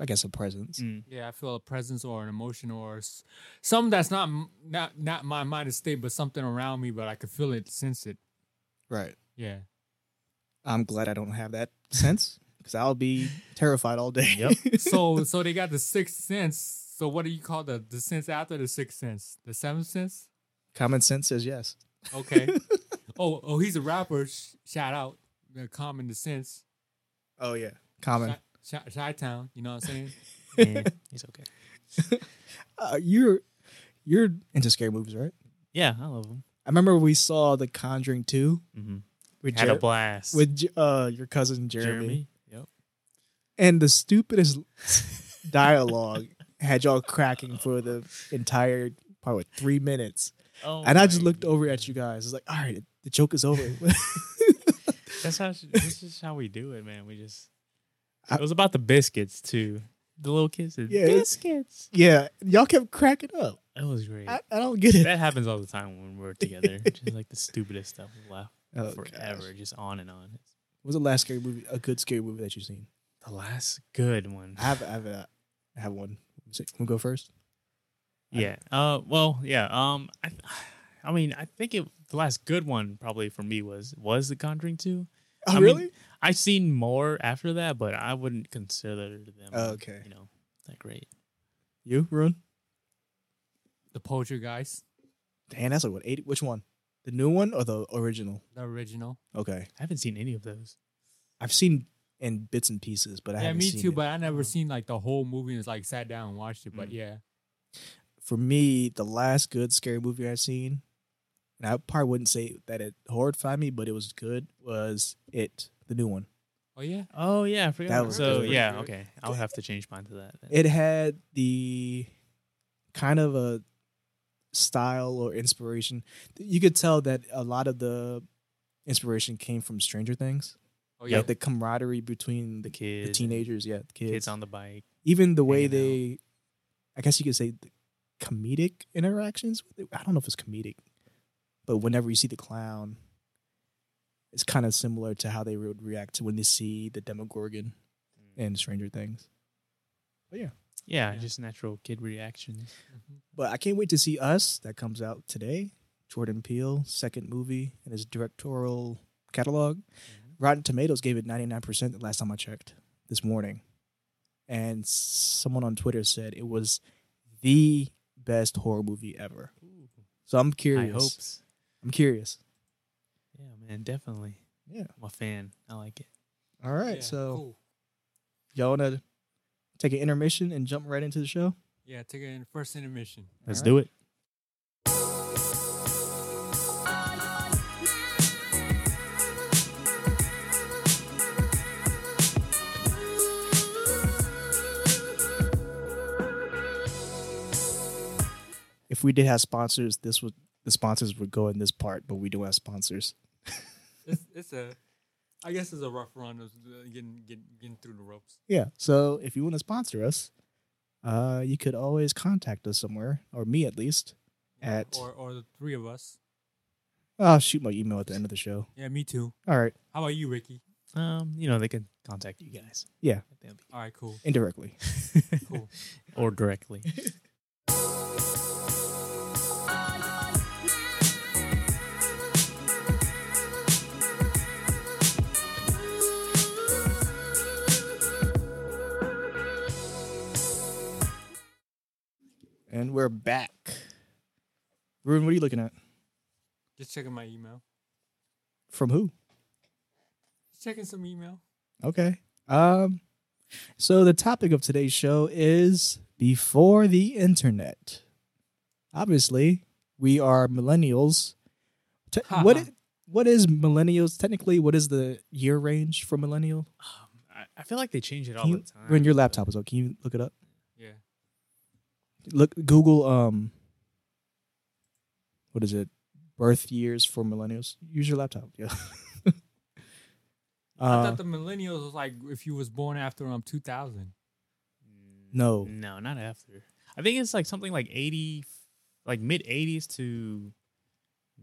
Speaker 1: I guess a presence.
Speaker 5: Mm.
Speaker 4: yeah, I feel a presence or an emotion or s- something that's not m- not not my mind state, but something around me, but I could feel it, sense it.
Speaker 1: Right.
Speaker 4: Yeah,
Speaker 1: I'm glad I don't have that sense because I'll be terrified all day. (laughs)
Speaker 5: Yep.
Speaker 4: so so they got the sixth sense. So what do you call the the sense after the sixth sense? The seventh sense?
Speaker 1: Common sense says yes. (laughs)
Speaker 4: Okay. oh oh, he's a rapper. Sh- shout out the common the sense.
Speaker 1: Oh yeah. Common.
Speaker 4: Chi Chi Town, you know what I'm saying?
Speaker 5: Eh, He's okay.
Speaker 1: Uh, you're you're into scary movies, right?
Speaker 5: Yeah, I love him.
Speaker 1: I remember we saw The Conjuring 2
Speaker 5: Mm-hmm.
Speaker 1: with
Speaker 5: Had
Speaker 1: Jer-
Speaker 5: a blast
Speaker 1: with J- uh your cousin Jeremy.
Speaker 5: Yep.
Speaker 1: and the stupidest (laughs) dialogue had y'all cracking for the entire probably three minutes.
Speaker 5: Oh,
Speaker 1: and I just
Speaker 5: my
Speaker 1: looked
Speaker 5: God.
Speaker 1: over at you guys. It's like, all right, the joke is over. (laughs)
Speaker 5: That's how. This is how we do it, man. We just.
Speaker 1: I-
Speaker 5: it was about the biscuits too. The little kids. said,
Speaker 1: Yeah, it's-
Speaker 5: biscuits.
Speaker 1: yeah, y'all kept cracking up.
Speaker 5: That was great.
Speaker 1: I, I don't get it.
Speaker 5: that happens all the time when
Speaker 1: (laughs)
Speaker 5: we're together. just like the stupidest stuff. We laugh
Speaker 1: Oh,
Speaker 5: forever,
Speaker 1: gosh.
Speaker 5: just on and on.
Speaker 1: What was the last scary movie? A good scary movie that you've seen?
Speaker 5: The last good one.
Speaker 1: I have, I have, a, I have one. We go first.
Speaker 5: Yeah. Uh. Well. Yeah. Um. I. I mean, I think it. The last good one probably for me was was The Conjuring Two.
Speaker 1: Oh,
Speaker 5: I mean,
Speaker 1: really?
Speaker 5: I've seen more after that, but I wouldn't consider them.
Speaker 1: Oh, okay.
Speaker 5: You know, that great.
Speaker 1: you, Rune?
Speaker 4: The Poltergeist,
Speaker 1: Damn, that's a what? Eight? Which one? The new one or the original?
Speaker 4: the original.
Speaker 1: Okay,
Speaker 5: I haven't seen any of those.
Speaker 1: I've seen in bits and pieces, but I
Speaker 4: yeah,
Speaker 1: haven't
Speaker 4: me
Speaker 1: seen
Speaker 4: too.
Speaker 1: it. Uh-huh.
Speaker 4: But I never seen like the whole movie and like sat down and watched it. But
Speaker 5: Mm.
Speaker 4: yeah,
Speaker 1: for me, the last good scary movie I've seen, and I probably wouldn't say that it horrified me, but it was good, was it the new one.
Speaker 4: oh yeah,
Speaker 5: Oh yeah, I forgot.
Speaker 1: That
Speaker 5: about-
Speaker 1: was
Speaker 5: so
Speaker 1: good.
Speaker 5: yeah, okay. I'll have to change mine to that. then.
Speaker 1: It had the kind of a style or inspiration. You could tell that a lot of the inspiration came from Stranger Things.
Speaker 4: oh yeah,
Speaker 1: Like the camaraderie between
Speaker 5: the
Speaker 1: the,
Speaker 5: kids,
Speaker 1: the teenagers, yeah, the kids.
Speaker 5: kids on the bike.
Speaker 1: Even the way
Speaker 5: hanging
Speaker 1: they, I guess you could say, the comedic interactions. with it. I don't know if it's comedic, but whenever you see the clown, it's kind of similar to how they would react to when they see the Demogorgon and Stranger Things.
Speaker 5: Yeah,
Speaker 4: Yeah.
Speaker 5: just natural kid reactions.
Speaker 1: But I can't wait to see Us. That comes out today. Jordan Peele, second movie in his directorial catalog.
Speaker 4: Mm-hmm.
Speaker 1: Rotten Tomatoes gave it 99% the last time I checked this morning. And someone on Twitter said it was the best horror movie ever. So I'm
Speaker 5: High
Speaker 1: curious.
Speaker 5: hopes.
Speaker 1: I'm curious.
Speaker 5: Yeah, man, definitely.
Speaker 1: Yeah.
Speaker 5: I'm a fan. I like it.
Speaker 1: All right.
Speaker 4: Yeah,
Speaker 1: so
Speaker 4: cool.
Speaker 1: y'all wanna take an intermission and jump right into the show?
Speaker 4: Yeah, take it in first intermission.
Speaker 5: Let's
Speaker 1: All
Speaker 5: do it.
Speaker 1: If we did have sponsors, this would the sponsors would go in this part, but we don't have sponsors.
Speaker 4: It's, it's a, I guess it's a rough run of uh, getting getting getting through the ropes.
Speaker 1: Yeah. So if you want to sponsor us, uh, you could always contact us somewhere, or me at least.
Speaker 4: Yeah,
Speaker 1: At-
Speaker 4: or or the three of us.
Speaker 1: I'll shoot my email at the end of the show.
Speaker 4: Yeah, me too.
Speaker 1: All right.
Speaker 4: How about you, Ricky?
Speaker 5: Um, you know, they can contact you guys.
Speaker 1: Yeah.
Speaker 5: That'd be-
Speaker 4: All right, cool,
Speaker 1: Indirectly.
Speaker 4: cool.
Speaker 5: (laughs) or (laughs) directly.
Speaker 1: And we're back. Ruben, what are you looking at?
Speaker 4: Just checking my email.
Speaker 1: From who?
Speaker 4: Just checking some email.
Speaker 1: Okay. Um so the topic of today's show is before the internet. Obviously, we are millennials. Te- what i- what is millennials technically? What is the year range for millennial?
Speaker 5: Um, I, I feel like they change it all
Speaker 1: Can you,
Speaker 5: the time.
Speaker 1: when your laptop is up, can you look it up?
Speaker 4: Yeah,
Speaker 1: Look Google um what is it? Birth years for millennials. Use your laptop. Yeah.
Speaker 4: (laughs) I
Speaker 1: uh,
Speaker 4: thought the millennials was like if you was born after um 2000.
Speaker 1: no.
Speaker 5: Mm, No, not after. I think it's like something like 80, like mid 80s to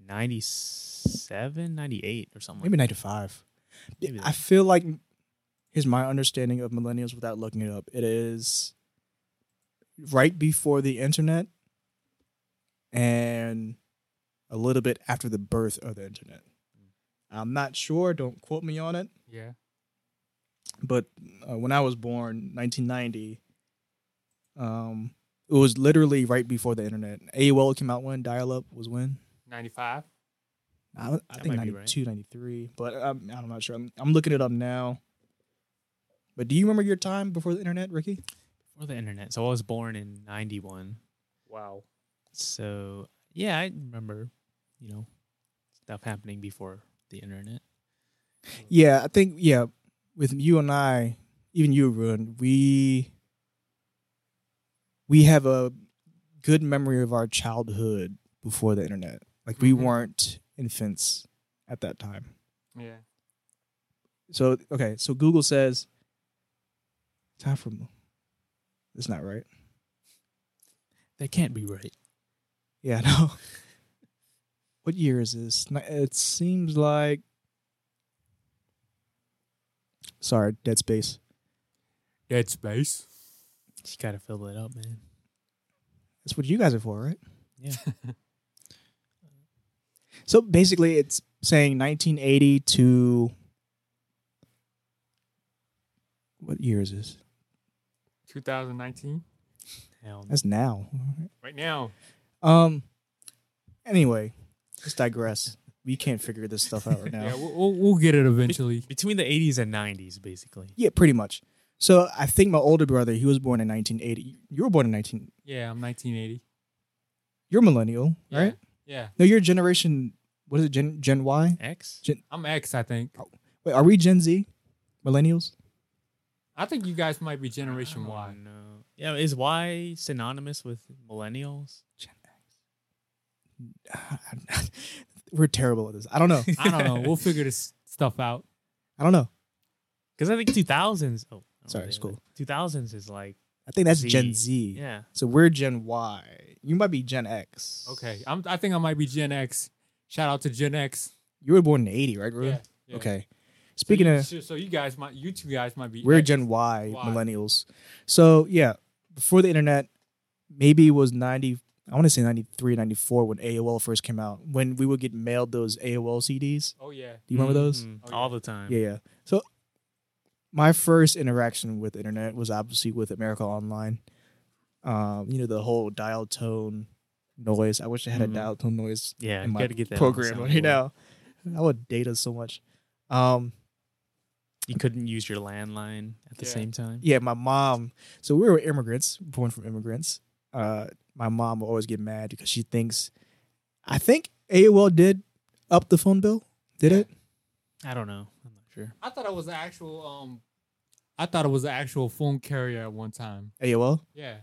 Speaker 5: 97, 98 or something.
Speaker 1: maybe
Speaker 5: like
Speaker 1: 95
Speaker 5: Maybe
Speaker 1: i
Speaker 5: that.
Speaker 1: feel like here's my understanding of millennials without looking it up it is right before the internet and a little bit after the birth of the internet
Speaker 5: Mm.
Speaker 1: i'm not sure don't quote me on it
Speaker 4: Yeah,
Speaker 1: but uh, when i was born 1990 um it was literally right before the internet aol came out when dial-up was when
Speaker 4: 95.
Speaker 1: I, I
Speaker 5: That
Speaker 1: think
Speaker 5: might be right.
Speaker 1: 92, 93, but I'm, I'm not sure. I'm, I'm looking it up now. But do you remember your time before the internet, Ricky?
Speaker 5: that. Or the internet. So I was born in 91.
Speaker 2: Wow.
Speaker 5: So yeah, I remember, you know, stuff happening before the internet.
Speaker 1: Yeah, I think, yeah, with you and I, even you, Ruin, we, we have a good memory of our childhood before the internet. Like, we
Speaker 4: Mhm.
Speaker 5: Mm-hmm.
Speaker 1: weren't infants at that time.
Speaker 4: Yeah,
Speaker 1: So, okay, so Google says, time for, it's not right.
Speaker 5: That can't be right.
Speaker 1: Yeah, (laughs) no. what year is this? Ni- It seems like. Sorry, Dead Space.
Speaker 4: Dead Space.
Speaker 5: Just gotta fill it up, man.
Speaker 1: That's what you guys are for, right?
Speaker 5: Yeah.
Speaker 1: (laughs) so basically, it's saying 1980 to. What year is this?
Speaker 4: 2019.
Speaker 5: Hell,
Speaker 1: That's now.
Speaker 4: Right now.
Speaker 1: Um. Anyway, let's digress. we can't figure this stuff
Speaker 4: (laughs)
Speaker 1: out right now.
Speaker 4: Yeah, we'll, we'll, we'll get it eventually.
Speaker 5: between the 80s and 90s, basically.
Speaker 1: yeah, pretty much. So I think my older brother, he was born in 1980. You were born in 19.
Speaker 4: Yeah, I'm 1980.
Speaker 1: You're millennial,
Speaker 4: Yeah.
Speaker 1: right?
Speaker 4: Yeah,
Speaker 1: No, you're generation. What is it? Gen Gen Y.
Speaker 5: X.
Speaker 4: I'm X. I think.
Speaker 1: Wait, are we Gen Z? Millennials? (sighs)
Speaker 4: I think you guys might be Generation
Speaker 5: I
Speaker 4: Y.
Speaker 5: don't know. Yeah, is Y synonymous with millennials?
Speaker 1: We're terrible at this. I don't know.
Speaker 4: (laughs) I don't know. We'll figure this stuff out.
Speaker 1: I don't know.
Speaker 5: Because I think 2000s. Oh, I don't
Speaker 1: Sorry,
Speaker 5: know,
Speaker 1: it's cool.
Speaker 5: 2000s is like
Speaker 1: I think that's
Speaker 5: Z.
Speaker 1: Gen Z.
Speaker 5: yeah.
Speaker 1: So we're Gen Y. You might be Gen X.
Speaker 4: Okay, I'm, I think I might be Gen X. Shout out to Gen X.
Speaker 1: You were born in '80, right, Ruben?
Speaker 4: Yeah, yeah.
Speaker 1: Okay.
Speaker 4: So
Speaker 1: Speaking
Speaker 4: you-
Speaker 1: of,
Speaker 4: so, so you guys might, you two guys might be.
Speaker 1: we're
Speaker 4: X.
Speaker 1: Gen y,
Speaker 4: Y.
Speaker 1: millennials. So yeah, before the internet, maybe it was '90. I want to say 93, 94 when AOL first came out. When we would get mailed those AOL CDs.
Speaker 4: Oh yeah.
Speaker 1: Do you remember those?
Speaker 5: Mhm.
Speaker 4: Oh,
Speaker 5: All
Speaker 4: yeah.
Speaker 5: the time.
Speaker 1: Yeah, yeah. So my first interaction with the internet was obviously with America Online. Um, you know, the whole dial tone noise. I wish I had
Speaker 5: Mhm.
Speaker 1: a dial tone noise
Speaker 5: Yeah,
Speaker 1: in
Speaker 5: you
Speaker 1: my
Speaker 5: gotta get that on the
Speaker 1: program right
Speaker 5: soundboard.
Speaker 1: now. I would date us so much. Um
Speaker 5: You couldn't use your landline at the
Speaker 4: Yeah.
Speaker 5: same time.
Speaker 1: Yeah, my mom. So we were immigrants, born from immigrants. Uh, my mom will always get mad because she thinks, I think AOL did up the phone bill. Did it?
Speaker 5: I don't know. I'm not sure.
Speaker 4: I thought it was the actual um, I thought it was the actual phone carrier at one time.
Speaker 1: AOL.
Speaker 4: Yeah,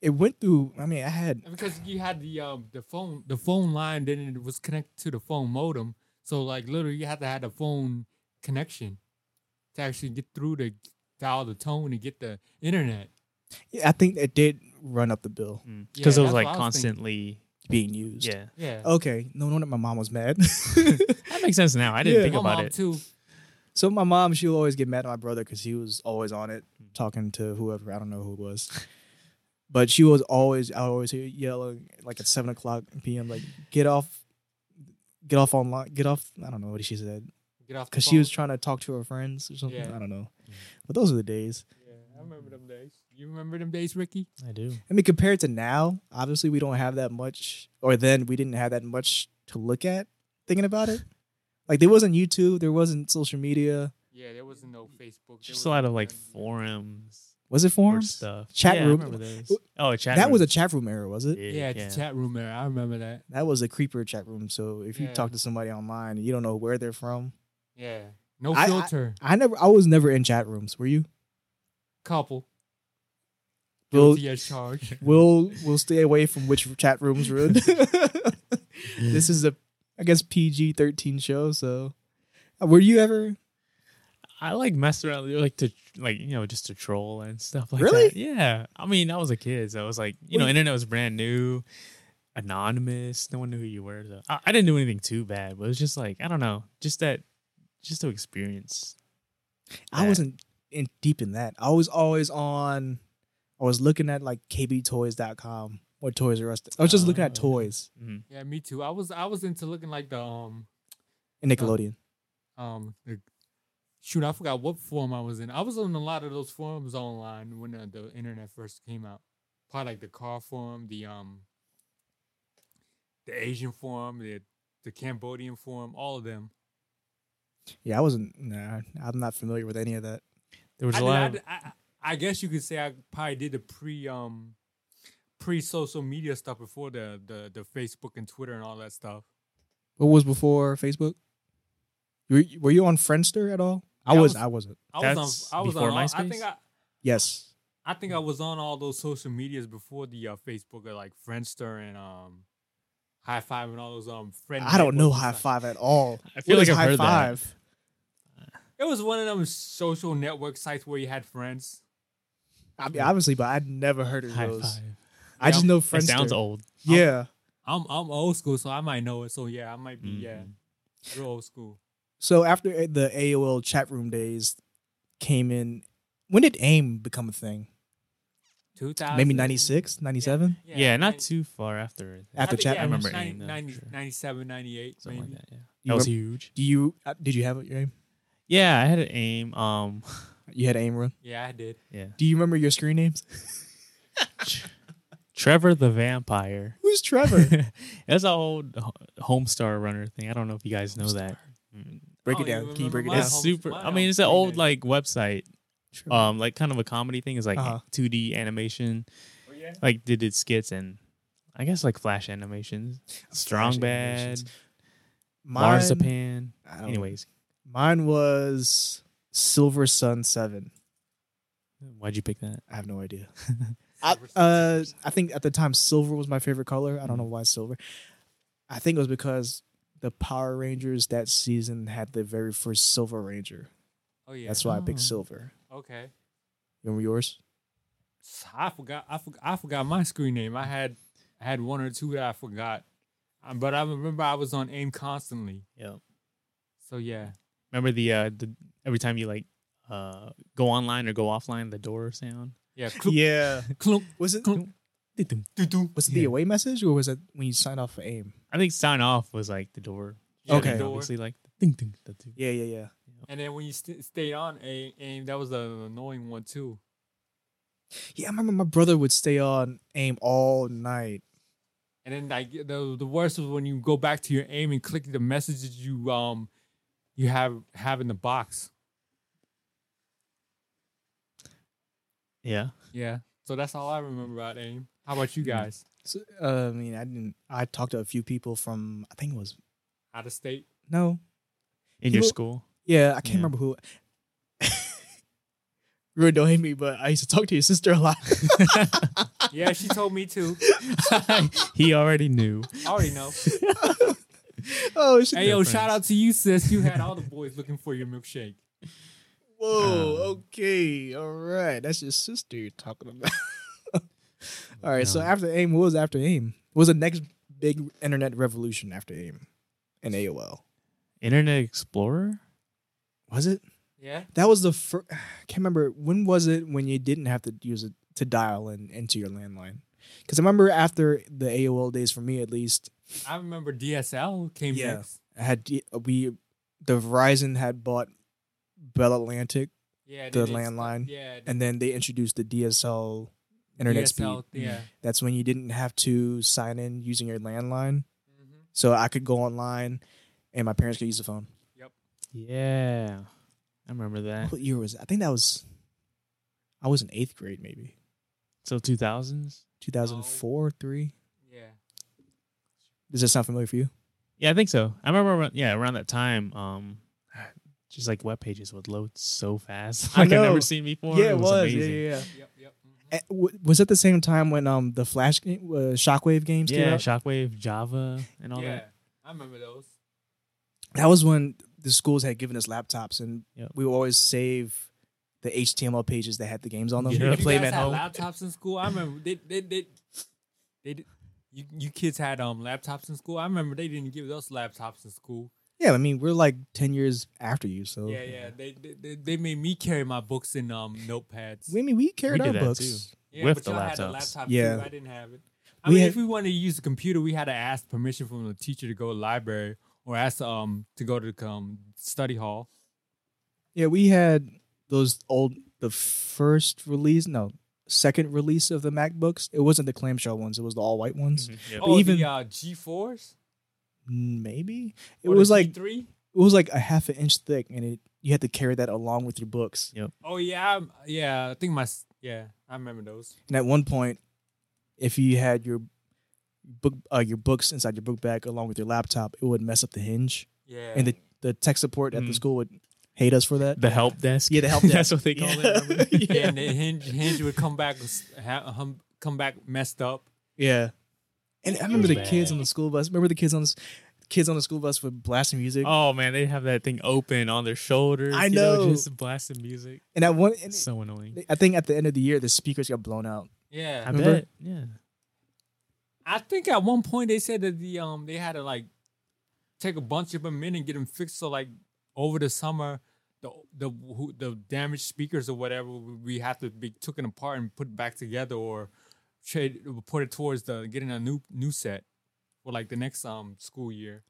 Speaker 1: It went through. I mean, I had.
Speaker 4: because you had the um the phone the phone line then it was connected to the phone modem, so like literally you had to have the phone connection to actually get through to dial the tone and get the internet.
Speaker 1: I think it did run up the bill
Speaker 4: Yeah,
Speaker 5: Because it was
Speaker 4: that's what I was
Speaker 5: like constantly.
Speaker 1: being used.
Speaker 5: Yeah,
Speaker 4: Yeah,
Speaker 1: Okay. No wonder my mom was mad. (laughs)
Speaker 5: that makes sense now. I didn't
Speaker 1: Yeah.
Speaker 5: think
Speaker 4: My
Speaker 5: about
Speaker 4: mom,
Speaker 5: it.
Speaker 4: too.
Speaker 1: so my mom, she'll always get mad at my brother because he was always on it talking to whoever. I don't know who it was. But she was always, I would always hear yelling like at seven o'clock p.m. like get off, get off online, get off. I don't know what she said
Speaker 4: Get off the
Speaker 1: because she was trying
Speaker 4: phone.
Speaker 1: to talk to her friends or something.
Speaker 4: Yeah.
Speaker 1: I don't know. But those are the days.
Speaker 4: Yeah, I remember them days. You remember them days, Ricky?
Speaker 5: I do.
Speaker 1: I mean, compared to now, obviously we don't have that much, or then we didn't have that much to look at. Thinking about it, like there wasn't YouTube, there wasn't social media.
Speaker 4: Yeah, there wasn't no Facebook.
Speaker 5: Just a lot of like forums
Speaker 1: Was it
Speaker 5: or
Speaker 1: forums?
Speaker 5: stuff.
Speaker 1: Chat
Speaker 5: Yeah, I
Speaker 1: room.
Speaker 5: remember those.
Speaker 1: Wh-
Speaker 5: Oh, chat.
Speaker 1: That
Speaker 5: room.
Speaker 1: was a chat room era, was it?
Speaker 4: Yeah,
Speaker 1: (laughs)
Speaker 4: it's a chat room era. I remember that.
Speaker 1: That was a creeper chat room. So if you
Speaker 4: Yeah.
Speaker 1: talk to somebody online and you don't know where they're from,
Speaker 4: Yeah, no
Speaker 1: I- I-
Speaker 4: filter.
Speaker 1: I never, I was never in chat rooms. Were you?
Speaker 4: Couple
Speaker 1: We'll
Speaker 4: guilty as
Speaker 1: (laughs)
Speaker 4: charged.
Speaker 1: we'll we'll stay away from which chat rooms we're in. (laughs) this is a, I guess PG thirteen show. So, Uh, were you ever?
Speaker 5: I like messed around like to like you know just to troll and stuff like
Speaker 1: Really?
Speaker 5: that. Yeah. I mean, I was a kid, so it was like you
Speaker 1: Well,
Speaker 5: know,
Speaker 1: you-
Speaker 5: internet was brand new, anonymous. No one knew who you were. So I, I didn't do anything too bad, but it was just like I don't know, just that, just to experience.
Speaker 1: I
Speaker 5: Yeah.
Speaker 1: wasn't in deep in that. I was always on. I was looking at like kbtoys.com or Toys R Us. I was just looking at
Speaker 5: Oh.
Speaker 1: toys
Speaker 5: Mhm.
Speaker 4: yeah, me too. I was I was into looking like the um
Speaker 1: in Nickelodeon.
Speaker 4: um the, shoot. I forgot what forum I was in. I was on a lot of those forums online when uh, the internet first came out. Probably like the car forum, the um the Asian forum, the the Cambodian forum, all of them.
Speaker 1: Yeah, I wasn't. Nah, I'm not familiar with any of that.
Speaker 5: There was
Speaker 4: I,
Speaker 5: a
Speaker 4: did-
Speaker 5: lot.
Speaker 4: I,
Speaker 5: of,
Speaker 4: did- I, I guess you could say I probably did the pre um pre social media stuff before the, the the Facebook and Twitter and all that stuff.
Speaker 1: What was before Facebook? Were, were you on Friendster at all? I
Speaker 4: Yeah, I
Speaker 1: was.
Speaker 4: was-
Speaker 1: I wasn't.
Speaker 4: I was
Speaker 5: That's
Speaker 4: on I was
Speaker 5: before
Speaker 4: on all, I
Speaker 5: MySpace?
Speaker 4: think I
Speaker 1: Yes.
Speaker 4: I think I was on all those social medias before the uh, Facebook or like Friendster and um High Five and all those um friend
Speaker 1: I don't know
Speaker 4: networks and
Speaker 1: high
Speaker 4: stuff.
Speaker 1: five at all.
Speaker 5: I feel
Speaker 1: What
Speaker 5: like
Speaker 1: is
Speaker 5: I've
Speaker 1: high
Speaker 5: heard that.
Speaker 1: five.
Speaker 4: It was one of them social network sites where you had friends.
Speaker 1: I mean, obviously, but I'd never heard of
Speaker 5: high
Speaker 1: those.
Speaker 5: five.
Speaker 1: I just know
Speaker 5: That
Speaker 1: Friendster.
Speaker 5: sounds old.
Speaker 1: Yeah.
Speaker 4: I'm I'm old school, so I might know it. So yeah, I might be
Speaker 5: Mm-hmm. Mm.
Speaker 4: yeah, real old school.
Speaker 1: So after eh, the AOL chat room days came in, when did AIM become a thing?
Speaker 4: Two thousand
Speaker 1: Maybe 96, 97?
Speaker 5: Yeah, not too far after. it.
Speaker 1: After
Speaker 4: think,
Speaker 1: chat,
Speaker 4: yeah,
Speaker 1: I
Speaker 4: it was
Speaker 5: remember
Speaker 4: 90,
Speaker 5: AIM, though,
Speaker 4: 90,
Speaker 5: sure.
Speaker 4: 97, 98,
Speaker 5: Something
Speaker 4: maybe.
Speaker 5: like that. Yeah.
Speaker 1: You
Speaker 5: That was
Speaker 1: rem-
Speaker 5: huge.
Speaker 1: Do you uh, did you have it, your AIM?
Speaker 5: Yeah, I had an aim. Um.
Speaker 1: You had AIM run.
Speaker 4: Yeah, I did.
Speaker 5: Yeah.
Speaker 1: Do you remember your screen names? (laughs)
Speaker 5: Trevor the vampire.
Speaker 1: Who's
Speaker 5: (laughs)
Speaker 1: Trevor?
Speaker 5: That's an old Ho- Homestar runner thing. I don't know if you guys know that.
Speaker 1: break
Speaker 4: Oh,
Speaker 1: it
Speaker 4: you
Speaker 1: down. Can you
Speaker 4: remember
Speaker 1: break it
Speaker 4: mine?
Speaker 1: down?
Speaker 5: It's
Speaker 4: Home-
Speaker 5: super.
Speaker 4: my
Speaker 5: I mean, it's an
Speaker 4: Homestar
Speaker 5: old
Speaker 4: name.
Speaker 5: like website,
Speaker 1: Trevor.
Speaker 5: um, like kind of a comedy thing. It's like
Speaker 1: Uh-huh.
Speaker 5: 2D animation.
Speaker 4: Oh, yeah?
Speaker 5: Like they did skits and I guess like flash animations. Strong Bad,
Speaker 1: animations. mine,
Speaker 5: Marzipan.
Speaker 1: I don't-
Speaker 5: Anyways,
Speaker 1: mine was Silver Sun Seven.
Speaker 5: why'd you pick that?
Speaker 1: I have no idea. I, uh, I think at the time silver was my favorite color. I don't know why silver. I think it was because the Power Rangers that season had the very first Silver Ranger.
Speaker 4: Oh yeah.
Speaker 1: That's why I picked
Speaker 5: Oh.
Speaker 1: silver.
Speaker 4: Okay.
Speaker 1: Remember yours?
Speaker 4: I forgot. I forgot. I forgot my screen name. I had I had one or two that I forgot, um, but I remember I was on AIM constantly.
Speaker 5: Yeah.
Speaker 4: So yeah.
Speaker 5: Remember the uh the every time you like uh go online or go offline, the door sound.
Speaker 4: Yeah. Clunk,
Speaker 1: Yeah.
Speaker 4: clunk,
Speaker 1: Was it?
Speaker 4: clunk,
Speaker 5: Doo-doo.
Speaker 4: doo, doo.
Speaker 1: Was it
Speaker 5: Yeah.
Speaker 1: the away message or was it when you signed off for AIM?
Speaker 5: I think sign off was like the door.
Speaker 4: Yeah,
Speaker 1: Okay.
Speaker 5: Shutting,
Speaker 4: door.
Speaker 5: Obviously, like ding ding. the doo.
Speaker 1: Yeah, yeah, yeah.
Speaker 4: And then when you st- stayed on AIM, AIM, that was an annoying one too.
Speaker 1: Yeah, I remember my brother would stay on AIM all night.
Speaker 4: And then like the the worst was when you go back to your AIM and click the messages you um you have have in the box.
Speaker 5: Yeah.
Speaker 4: Yeah. So that's all I remember about AIM. How about you guys?
Speaker 1: So, uh, I mean, I didn't. I talked to a few people from. I think it was
Speaker 4: (laughs) Out of state?
Speaker 1: no.
Speaker 5: In your
Speaker 1: People-
Speaker 5: school.
Speaker 1: Yeah, I can't
Speaker 5: Yeah.
Speaker 1: remember who. (laughs) Ruin, don't hate me, but I used to talk to your sister a
Speaker 5: (laughs)
Speaker 1: lot. (laughs)
Speaker 4: Yeah, she told me too.
Speaker 5: he already knew.
Speaker 4: I already know.
Speaker 1: oh shit!
Speaker 4: Hey yo,
Speaker 5: Difference.
Speaker 4: shout out to you, sis. You had all the boys looking for your milkshake.
Speaker 1: Whoa.
Speaker 5: Um,
Speaker 1: okay. All right. That's your sister you're talking about. (laughs) all right. So
Speaker 5: No.
Speaker 1: after AIM, what was after AIM? What was the next big internet revolution after AIM and AOL?
Speaker 5: Internet Explorer?
Speaker 1: Was it?
Speaker 4: Yeah.
Speaker 1: That was the first. (sighs) I can't remember when was it when you didn't have to use it to dial in into your landline. Because I remember after the AOL days, for me at least,
Speaker 4: I remember DSL came
Speaker 1: Yeah.
Speaker 4: next.
Speaker 1: I had we the Verizon had bought Bell Atlantic,
Speaker 4: Yeah.
Speaker 1: The
Speaker 4: then they st-
Speaker 1: landline
Speaker 4: Yeah.
Speaker 1: and then they introduced the DSL internet
Speaker 4: DSL,
Speaker 1: speed.
Speaker 4: Yeah.
Speaker 1: That's when you didn't have to sign in using your landline,
Speaker 4: hmm
Speaker 1: so I could go online, and my parents could use the phone.
Speaker 5: Yeah. I remember that.
Speaker 1: What year was? It? I think that was. I was in eighth grade, maybe
Speaker 5: So 2000s?
Speaker 1: two thousand four, three.
Speaker 4: Yeah.
Speaker 1: Does that sound familiar for you?
Speaker 5: Yeah, I think so. I remember around, yeah, around that time um just like web pages would load so fast. (laughs)
Speaker 1: I
Speaker 5: Like I have
Speaker 1: know.
Speaker 5: never seen before. amazing.
Speaker 1: yeah.
Speaker 4: Yep. Yep. mhm.
Speaker 1: Eh, w- was at the same time when um the Flash game, uh, Shockwave games came
Speaker 5: Yeah,
Speaker 1: out.
Speaker 5: Shockwave, Java, and all
Speaker 4: yeah.
Speaker 5: that.
Speaker 4: I remember those.
Speaker 1: that was when the schools had given us laptops, and
Speaker 5: Yep.
Speaker 1: we would always save the HTML pages that had the games on them.
Speaker 5: Yeah.
Speaker 1: We'd
Speaker 5: You
Speaker 4: you
Speaker 1: play
Speaker 4: guys
Speaker 1: them at
Speaker 4: had
Speaker 1: home.
Speaker 4: laptops in school. I remember they they they, they did- you you kids had um laptops in school. I remember they didn't give us laptops in school.
Speaker 1: yeah, I mean we're like ten years after you, so
Speaker 4: Yeah, yeah. They they- they, they made me carry my books in um notepads.
Speaker 1: We I mean we carried
Speaker 5: We
Speaker 1: our
Speaker 5: did that,
Speaker 1: books.
Speaker 5: too.
Speaker 4: yeah,
Speaker 5: with
Speaker 4: but
Speaker 5: the
Speaker 4: y'all had a
Speaker 5: laptops.
Speaker 4: laptop
Speaker 1: Yeah.
Speaker 4: too. I didn't have it. I
Speaker 1: We
Speaker 4: mean,
Speaker 1: had-
Speaker 4: if we wanted to use the computer, we had to ask permission from the teacher to go to the library or ask um to go to the um, study hall.
Speaker 1: Yeah, we had those old the first release, no, second release of the MacBooks. It wasn't the clamshell ones; it was the all white ones.
Speaker 5: Mm-hmm.
Speaker 1: But
Speaker 4: Oh,
Speaker 1: even-
Speaker 4: the uh, G fours.
Speaker 1: Maybe it was like
Speaker 4: three.
Speaker 1: it was like a half an inch thick, and it you had to carry that along with your books.
Speaker 4: Oh yeah, I'm, yeah. I think my s- yeah. I remember those.
Speaker 1: And at one point, if you had your book uh, your books inside your book bag along with your laptop, it would mess up the hinge,
Speaker 4: Yeah.
Speaker 1: and the the tech support at the
Speaker 5: Mm.
Speaker 1: school would hate us for that.
Speaker 5: The help desk.
Speaker 1: (laughs) Yeah, the
Speaker 5: (laughs)
Speaker 1: help
Speaker 5: That's
Speaker 1: desk.
Speaker 5: what they call it. remember?
Speaker 1: (laughs) Yeah.
Speaker 4: yeah, and then Hinge, Hinge would come back, s- ha- hum, come back messed up.
Speaker 1: yeah, and I remember the
Speaker 5: Bad.
Speaker 1: kids on the school bus. Remember the kids on the s- kids on the school bus would blast music,
Speaker 5: Oh man, they have that thing open on their shoulders.
Speaker 1: I
Speaker 5: you know,
Speaker 1: know.
Speaker 5: just blasting music.
Speaker 1: and at one, and
Speaker 5: So annoying.
Speaker 1: I think at the end of the year, the speakers got blown out.
Speaker 5: I
Speaker 4: Yeah,
Speaker 1: remember-
Speaker 5: bet. Yeah.
Speaker 4: I think at one point they said that the um they had to like take a bunch of them in and get them fixed. So like over the summer, the the who, the damaged speakers or whatever we have to be taken apart and put back together or trade put it towards the getting a new new set for like the next um school year.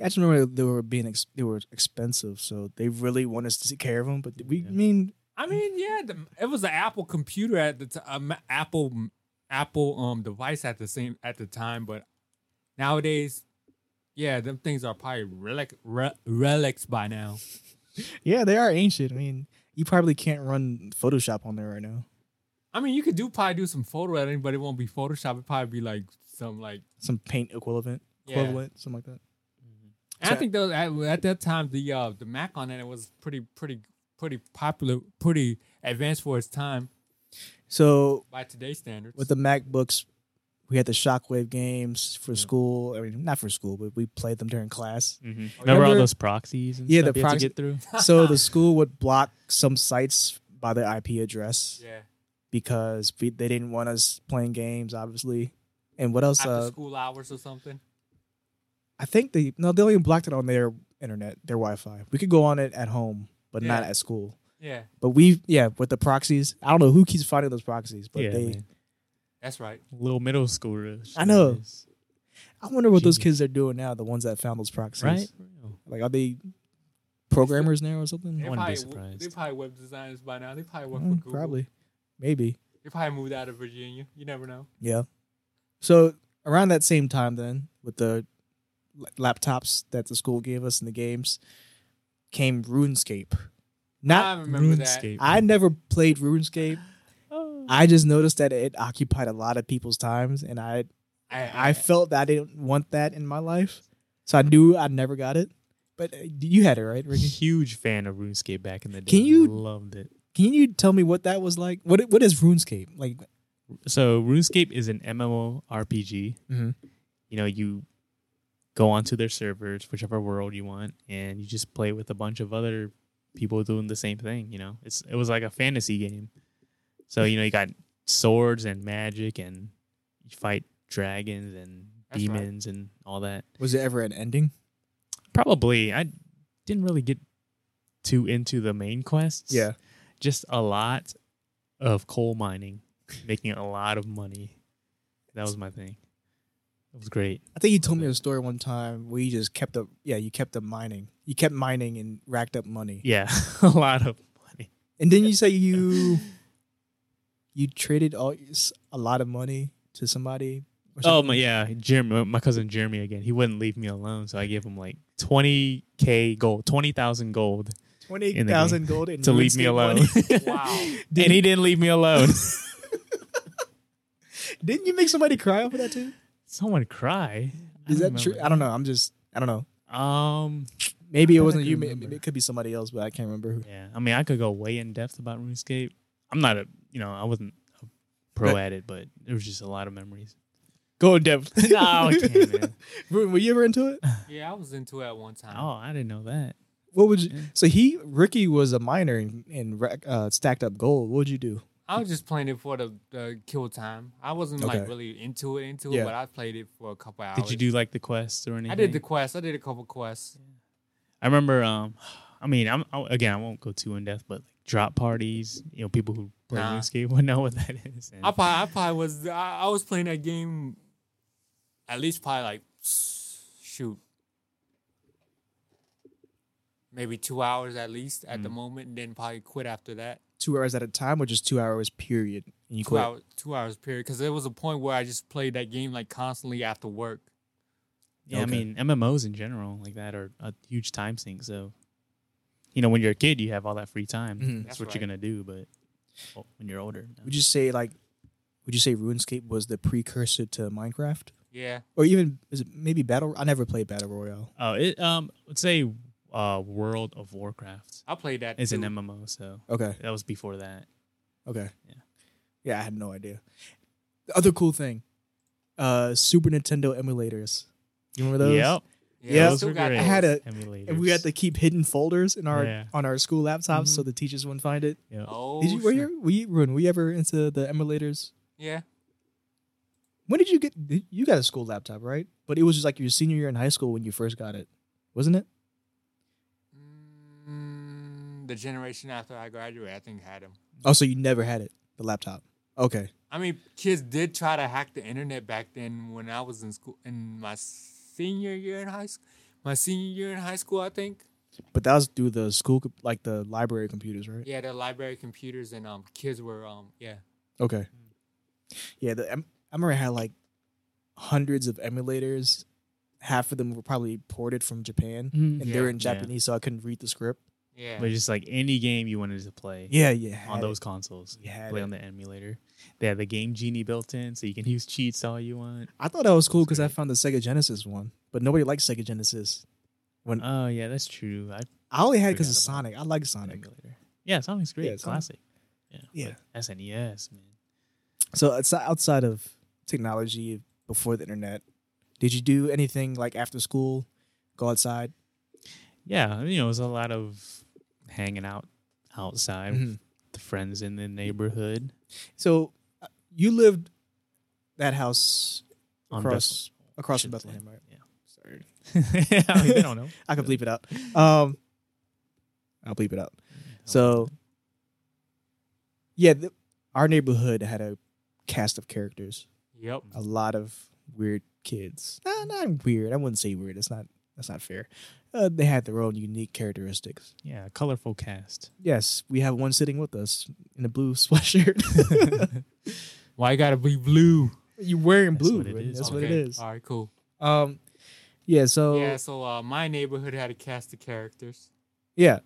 Speaker 1: I just remember they were being ex- they were expensive, so they really wanted us to take care of them. But we
Speaker 5: Yeah.
Speaker 1: I mean
Speaker 4: I mean, yeah, the, it was an Apple computer at the time, Apple Apple um device at the same at the time, but nowadays, yeah, them things are probably relic re, relics by now.
Speaker 1: Yeah, they are ancient. I mean, you probably can't run Photoshop on there right now.
Speaker 4: I mean, you could do probably do some photo editing, but it won't be Photoshop. It'd probably be like some like.
Speaker 1: Some paint equivalent,
Speaker 4: Yeah.
Speaker 1: equivalent, something like that.
Speaker 4: and I think those at, at that time the uh the Mac on it was pretty pretty pretty popular, pretty advanced for its time
Speaker 1: So
Speaker 4: by today's standards.
Speaker 1: with the MacBooks, we had the Shockwave games for school. I mean, not for school, but we played them during class.
Speaker 4: (laughs)
Speaker 5: hmm Remember, all
Speaker 1: Remember-
Speaker 5: those proxies and
Speaker 1: Yeah,
Speaker 5: stuff
Speaker 1: the
Speaker 5: you have
Speaker 1: proxy-
Speaker 5: to get through?
Speaker 4: (laughs)
Speaker 1: so the school would block some sites by their IP address
Speaker 4: yeah,
Speaker 1: because we, they didn't want us playing games, obviously. And what else?
Speaker 4: after
Speaker 1: Uh,
Speaker 4: school hours or something.
Speaker 1: I think they no, they only blocked it on their internet, their Wi-Fi. We could go on it at home, but not
Speaker 4: Yeah.
Speaker 1: at school.
Speaker 4: Yeah,
Speaker 1: But we, yeah, with the proxies, I don't know who keeps finding those proxies, but
Speaker 5: Yeah,
Speaker 1: they.
Speaker 5: man.
Speaker 4: that's right.
Speaker 5: Little middle schoolers.
Speaker 1: I know.
Speaker 5: Yes.
Speaker 1: I wonder what those
Speaker 5: Genius.
Speaker 1: kids are doing now. The ones that found those proxies,
Speaker 5: Right?
Speaker 1: Like, are they programmers now or something?
Speaker 4: They
Speaker 5: wouldn't
Speaker 4: probably,
Speaker 5: be
Speaker 4: w- they
Speaker 5: surprised.
Speaker 4: probably web designers by now. They probably work
Speaker 1: Mm,
Speaker 4: with Google.
Speaker 1: probably, maybe,
Speaker 4: They probably moved out of Virginia. You never know.
Speaker 1: yeah. So around that same time, then, with the la- laptops that the school gave us and the games, came RuneScape. Not,
Speaker 4: I remember that.
Speaker 5: RuneScape.
Speaker 1: I never played RuneScape.
Speaker 5: Oh.
Speaker 1: I just noticed that it occupied a lot of people's times, and I I, I felt that I didn't want that in my life, so I knew I never got it. But uh, you had it right, Ricky.
Speaker 5: Huge fan of RuneScape back in the day.
Speaker 1: Can you-
Speaker 5: loved it?
Speaker 1: Can you tell me what that was like? What what is RuneScape like?
Speaker 5: So RuneScape is an MMORPG.
Speaker 4: Mm-hmm.
Speaker 1: Mhm.
Speaker 5: You know, you go onto their servers, whichever world you want, and you just play with a bunch of other people doing the same thing. You know, it's it was like a fantasy game. So you know, you got swords and magic, and you fight dragons and
Speaker 4: That's right.
Speaker 5: demons and all that.
Speaker 1: Was it ever an ending?
Speaker 5: Probably, I didn't really get too into the main quests.
Speaker 1: Yeah.
Speaker 5: just a lot of coal mining, making a lot of money. That was my thing. It was great.
Speaker 1: I think you told me a story one time where you just kept up. Yeah, you kept up mining. You kept mining and racked up money.
Speaker 5: Yeah, (laughs) a lot of money.
Speaker 1: And then you say you you traded all a lot of money to somebody. or
Speaker 5: Oh
Speaker 1: something?
Speaker 5: my, yeah, Jeremy, my cousin Jeremy again. He wouldn't leave me alone, so I gave him like twenty k gold, twenty thousand gold
Speaker 1: twenty thousand
Speaker 5: in
Speaker 1: gold in
Speaker 5: to leave me
Speaker 1: RuneScape
Speaker 5: alone.
Speaker 1: money. (laughs)
Speaker 5: (laughs)
Speaker 4: Wow.
Speaker 5: and he didn't leave me alone.
Speaker 1: Didn't you make somebody cry over that too?
Speaker 5: Someone cry? I
Speaker 1: Is
Speaker 5: don't
Speaker 1: that true? I
Speaker 5: remember.
Speaker 1: don't know. I'm just I don't know.
Speaker 5: Um,
Speaker 1: Maybe it
Speaker 5: I
Speaker 1: wasn't
Speaker 5: can
Speaker 1: you. may-
Speaker 5: remember.
Speaker 1: It could be somebody else, but I can't remember who.
Speaker 5: yeah. I mean, I could go way in depth about RuneScape. I'm not a, you know, I wasn't a pro at it, but there was just a lot of memories.
Speaker 1: Go in
Speaker 5: (laughs)
Speaker 1: depth.
Speaker 5: no, I
Speaker 4: (laughs)
Speaker 5: can't, man.
Speaker 1: Ruben, (laughs) were you ever into it?
Speaker 4: Yeah, I was into it at one time.
Speaker 5: Oh, I didn't know that.
Speaker 1: What would you?
Speaker 5: Yeah.
Speaker 1: So he Ricky was a miner and, and rack- uh, stacked up gold. What would you do?
Speaker 4: I was just playing it for the, the kill time. I wasn't
Speaker 1: Okay.
Speaker 4: like really into it, into
Speaker 1: Yeah.
Speaker 4: it, but I played it for a couple hours.
Speaker 5: Did you do like the quests or anything?
Speaker 4: I did the quest. I did a couple quests.
Speaker 5: I remember. Um, I mean, I'm I, again. I won't go too in depth, but like drop parties. You know, people who play
Speaker 4: Nah.
Speaker 5: RuneScape would know (laughs) what that is. and-
Speaker 4: I probably, I probably was, I, I was playing that game at least probably like, shoot, maybe two hours at least at the
Speaker 5: Mm.
Speaker 4: moment, and then probably quit after that.
Speaker 1: Two hours at a time, or just two hours period? And you
Speaker 4: Two,
Speaker 1: quit.
Speaker 4: hour, two hours period. Because there was a point where I just played that game like constantly after work.
Speaker 5: yeah, I
Speaker 1: okay.
Speaker 5: mean, MMOs in general like that are a huge time sink. So, you know, when you're a kid, you have all that free time.
Speaker 1: Mhm.
Speaker 5: That's,
Speaker 4: That's
Speaker 5: what
Speaker 4: right.
Speaker 5: you're gonna do. But well, when you're older, no.
Speaker 1: Would you say like? Would you say RuneScape was the precursor to Minecraft,
Speaker 4: Yeah.
Speaker 1: or even is it maybe Battle? I never played Battle Royale.
Speaker 5: oh, it um, let's say uh, World of Warcraft
Speaker 4: I played that.
Speaker 5: is an
Speaker 4: too.
Speaker 5: MMO. So
Speaker 1: Okay,
Speaker 5: that was before that.
Speaker 1: okay,
Speaker 5: Yeah.
Speaker 1: yeah. I had no idea. The other cool thing, uh, Super Nintendo emulators. You remember those?
Speaker 5: Yep.
Speaker 4: Yeah,
Speaker 1: Yeah,
Speaker 4: I
Speaker 1: those
Speaker 4: still
Speaker 5: were
Speaker 4: got
Speaker 5: great.
Speaker 1: I had a-
Speaker 5: Emulators.
Speaker 1: and we had to keep hidden folders in our
Speaker 5: Yeah. Mm-hmm.
Speaker 1: on our school laptops so the teachers wouldn't find it.
Speaker 5: Yep.
Speaker 4: Oh,
Speaker 1: Did you were
Speaker 4: shit.
Speaker 1: you were you, Ruben, were you ever into the emulators?
Speaker 4: Yeah.
Speaker 1: When did you get did- you got a school laptop, right? But it was just like your senior year in high school when you first got it, wasn't it?
Speaker 4: Mm, the generation after I graduated, I think had them.
Speaker 1: Oh, so you never had it, the laptop. Okay.
Speaker 4: I mean, kids did try to hack the internet back then when I was in school, in my senior year in high school. My senior year in high school, I think.
Speaker 1: But that was through the school co- like the library computers, right?
Speaker 4: Yeah, the library computers and um, kids were um, yeah.
Speaker 1: Okay. Yeah, the em- I remember I had like hundreds of emulators. Half of them were probably ported from Japan and they were in
Speaker 5: Mm-hmm. Yeah.
Speaker 1: Japanese so I couldn't read the script.
Speaker 4: Yeah.
Speaker 5: But just like any game you wanted to play
Speaker 1: Yeah, yeah.
Speaker 5: on
Speaker 1: had it.
Speaker 5: those consoles,
Speaker 1: You had
Speaker 5: play
Speaker 1: it.
Speaker 5: on the emulator. They had the Game Genie built in, so you can use cheats all you want.
Speaker 1: I thought that was cool
Speaker 5: That's
Speaker 1: because I
Speaker 5: great.
Speaker 1: found the Sega Genesis one, but nobody liked Sega Genesis. When
Speaker 5: Oh yeah, that's true. I
Speaker 1: I only had because of
Speaker 5: forgot
Speaker 1: Sonic. I like
Speaker 5: an
Speaker 1: Sonic.
Speaker 5: emulator. Yeah, Sonic's great.
Speaker 1: Yeah,
Speaker 5: it's
Speaker 1: Sonic.
Speaker 5: classic. Yeah.
Speaker 1: Yeah.
Speaker 5: but SNES E man.
Speaker 1: So it's outside of technology before the internet. Did you do anything like after school? Go outside.
Speaker 5: Yeah, you know, it was a lot of hanging out outside
Speaker 1: Mm-hmm.
Speaker 5: with the friends in the neighborhood.
Speaker 1: So uh, you lived that house
Speaker 5: On
Speaker 1: across across from
Speaker 5: should say.
Speaker 1: Bethlehem, right?
Speaker 5: Yeah.
Speaker 1: Sorry,
Speaker 5: (laughs) I mean, they don't know.
Speaker 1: (laughs) I
Speaker 5: (laughs)
Speaker 1: can bleep it out. Um, I'll bleep it out. So, yeah, th- our neighborhood had a cast of characters.
Speaker 4: Yep.
Speaker 1: a lot of weird kids. Nah, not weird. I wouldn't say weird. That's not that's not fair. Uh, they had their own unique characteristics.
Speaker 5: yeah, colorful cast.
Speaker 1: Yes, we have one sitting with us in a blue (laughs)
Speaker 4: (laughs)
Speaker 1: sweatshirt.
Speaker 4: Why you gotta be blue?
Speaker 1: You're wearing
Speaker 5: That's
Speaker 1: blue.
Speaker 5: what it
Speaker 1: Brittany.
Speaker 5: is.
Speaker 1: That's what,
Speaker 4: okay.
Speaker 1: it is.
Speaker 4: All right, cool.
Speaker 1: Um, yeah. So
Speaker 4: Yeah. So uh, my neighborhood had a cast of characters.
Speaker 1: yeah,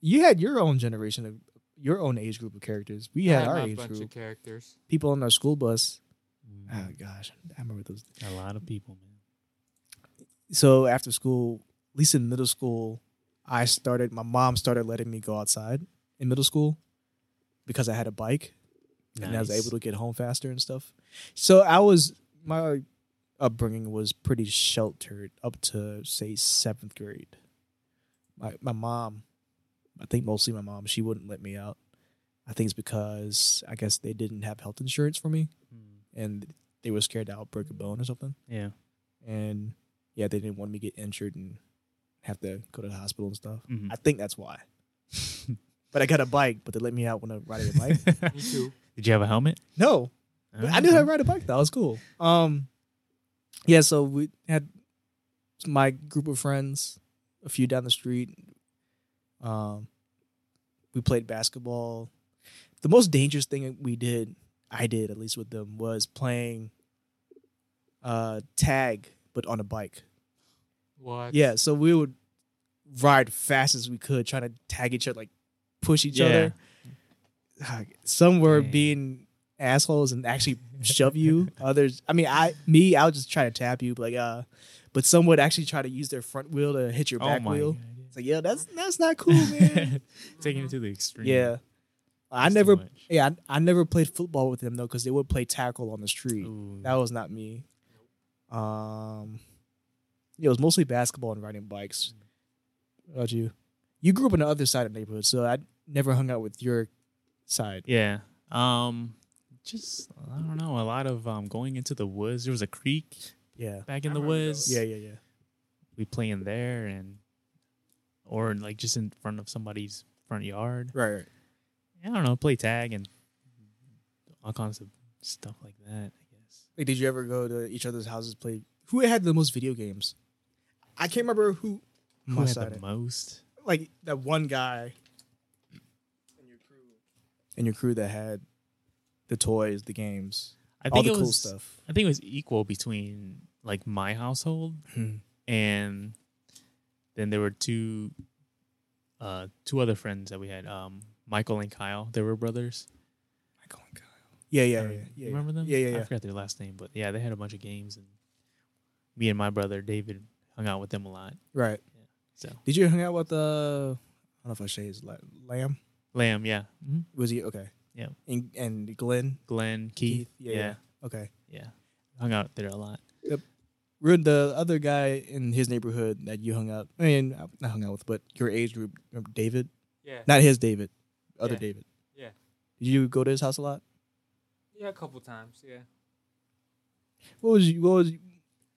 Speaker 1: you had your own generation of your own age group of characters. We had
Speaker 4: I
Speaker 1: our
Speaker 4: my
Speaker 1: age
Speaker 4: bunch
Speaker 1: group.
Speaker 4: of characters.
Speaker 1: People on our school bus. Oh gosh, I remember those.
Speaker 5: A lot of people, man.
Speaker 1: So after school, at least in middle school, I started. My mom started letting me go outside in middle school because I had a bike. and I was able to get home faster and stuff. So I was my upbringing was pretty sheltered up to say seventh grade. My my mom, I think mostly my mom, she wouldn't let me out. I think it's because I guess they didn't have health insurance for me, and they were scared that I'll break a bone or something.
Speaker 5: Yeah.
Speaker 1: And yeah, they didn't want me to get injured and have to go to the hospital and stuff.
Speaker 5: Mhm.
Speaker 1: I think that's why.
Speaker 5: (laughs)
Speaker 1: but I got a bike, but they let me out when I riding a bike. (laughs)
Speaker 4: Me too.
Speaker 5: Did you have a helmet?
Speaker 1: no, but I knew
Speaker 5: Uh-huh.
Speaker 1: how to ride a bike. That was cool. Um, yeah. So we had my group of friends, a few down the street. Um, we played basketball. The most dangerous thing we did, I did at least with them, was playing uh tag, but on a bike.
Speaker 4: What?
Speaker 1: Yeah. So we would ride fast as we could, trying to tag each other, like push each
Speaker 5: Yeah.
Speaker 1: other. Some were
Speaker 5: Dang.
Speaker 1: being assholes and
Speaker 5: (laughs)
Speaker 1: actually shove you. Others, I mean, I me, I would just try to tap you, but like uh, but some would actually try to use their front wheel to hit
Speaker 5: Oh
Speaker 1: your back wheel. It's like, yeah, that's that's not
Speaker 5: (laughs)
Speaker 1: cool, man.
Speaker 5: Taking it to the extreme.
Speaker 1: yeah, I
Speaker 5: It's too
Speaker 1: never,
Speaker 5: much.
Speaker 1: yeah, I, I never played football with them though, because they would play tackle on the street.
Speaker 5: Ooh.
Speaker 1: That was not me. Um, yeah, it was mostly basketball and riding bikes. How about you? You grew up on the other side of the neighborhood, so I never hung out with your side.
Speaker 5: Yeah. Um just I don't know, a lot of um going into the woods. There was a creek
Speaker 1: Yeah,
Speaker 5: back in
Speaker 2: I
Speaker 5: the
Speaker 2: remember
Speaker 5: woods.
Speaker 1: yeah, yeah, yeah.
Speaker 5: We play in there and or like just in front of somebody's front yard.
Speaker 1: Right, right.
Speaker 5: I don't know, play tag and all kinds of stuff like that, I guess.
Speaker 1: Like, did you ever go to each other's houses play? Who had the most video games? I can't remember who.
Speaker 5: Who
Speaker 1: My
Speaker 5: had
Speaker 1: side.
Speaker 5: the most?
Speaker 1: like that one guy. In your crew. In your crew that had the toys, the games,
Speaker 5: I
Speaker 1: all
Speaker 5: think
Speaker 1: the
Speaker 5: it
Speaker 1: cool
Speaker 5: was
Speaker 1: stuff.
Speaker 5: I think it was equal between like my household
Speaker 1: Hmm.
Speaker 5: and then there were two uh two other friends that we had um Michael and Kyle they were brothers
Speaker 1: Yeah, yeah, yeah.
Speaker 5: Um,
Speaker 1: yeah, yeah.
Speaker 5: remember them
Speaker 1: Yeah, yeah,
Speaker 5: I
Speaker 1: yeah.
Speaker 5: forgot their last name but yeah they had a bunch of games and me and my brother David hung out with them a lot
Speaker 1: Right.
Speaker 5: so
Speaker 1: Did you hang out with uh I don't know if I say his la- lamb.
Speaker 5: Lamb yeah hmm
Speaker 1: Was he okay?
Speaker 5: Yeah.
Speaker 1: And and Glenn.
Speaker 5: Glenn Keith,
Speaker 1: yeah,
Speaker 5: yeah,
Speaker 1: yeah. Okay.
Speaker 5: yeah hung out there a lot
Speaker 1: Rude, the other guy in his neighborhood that you hung out, I mean, not hung out with, but your age group, remember David,
Speaker 4: Yeah.
Speaker 1: not his David, other
Speaker 4: Yeah.
Speaker 1: David.
Speaker 4: Yeah.
Speaker 1: Did you go to his house a lot?
Speaker 4: Yeah, a couple times. Yeah.
Speaker 1: What was you? What was?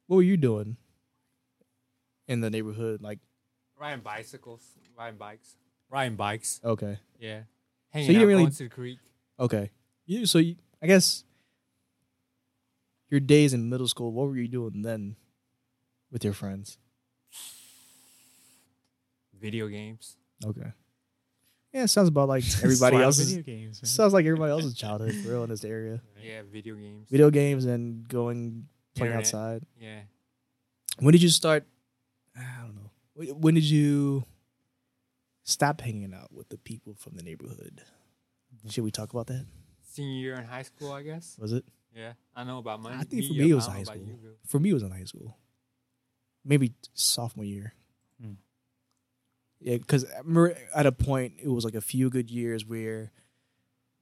Speaker 1: What were you doing in the neighborhood? Like,
Speaker 4: Riding bicycles. Riding bikes. Riding bikes.
Speaker 1: okay,
Speaker 4: Yeah. Hanging
Speaker 1: you
Speaker 4: out,
Speaker 1: didn't really-
Speaker 4: going to the creek.
Speaker 1: okay. You so you, I guess your days in middle school. What were you doing then with your friends?
Speaker 4: Video games.
Speaker 1: Okay. Yeah, it sounds
Speaker 5: (laughs)
Speaker 1: about like
Speaker 5: Just
Speaker 1: (laughs)
Speaker 5: a
Speaker 1: everybody
Speaker 5: lot of
Speaker 1: else's.
Speaker 5: video games man.
Speaker 1: Sounds like everybody else's childhood, for real, in this area.
Speaker 4: Yeah, video games.
Speaker 1: Video games and going playing
Speaker 4: Internet.
Speaker 1: outside.
Speaker 4: Yeah.
Speaker 1: When did you start? I don't know. Wh- When did you stop hanging out with the people from the neighborhood? Should we talk about that?
Speaker 4: Senior year in high school, I guess.
Speaker 1: Was it?
Speaker 4: Yeah. I know about my.
Speaker 1: I think for
Speaker 4: yeah,
Speaker 1: me it
Speaker 4: but
Speaker 1: was
Speaker 4: I don't
Speaker 1: high
Speaker 4: know about
Speaker 1: school.
Speaker 4: you, Lou.
Speaker 1: For me, it was in high school, maybe sophomore year.
Speaker 5: Hmm.
Speaker 1: Yeah, because I remember at a point it was like a few good years where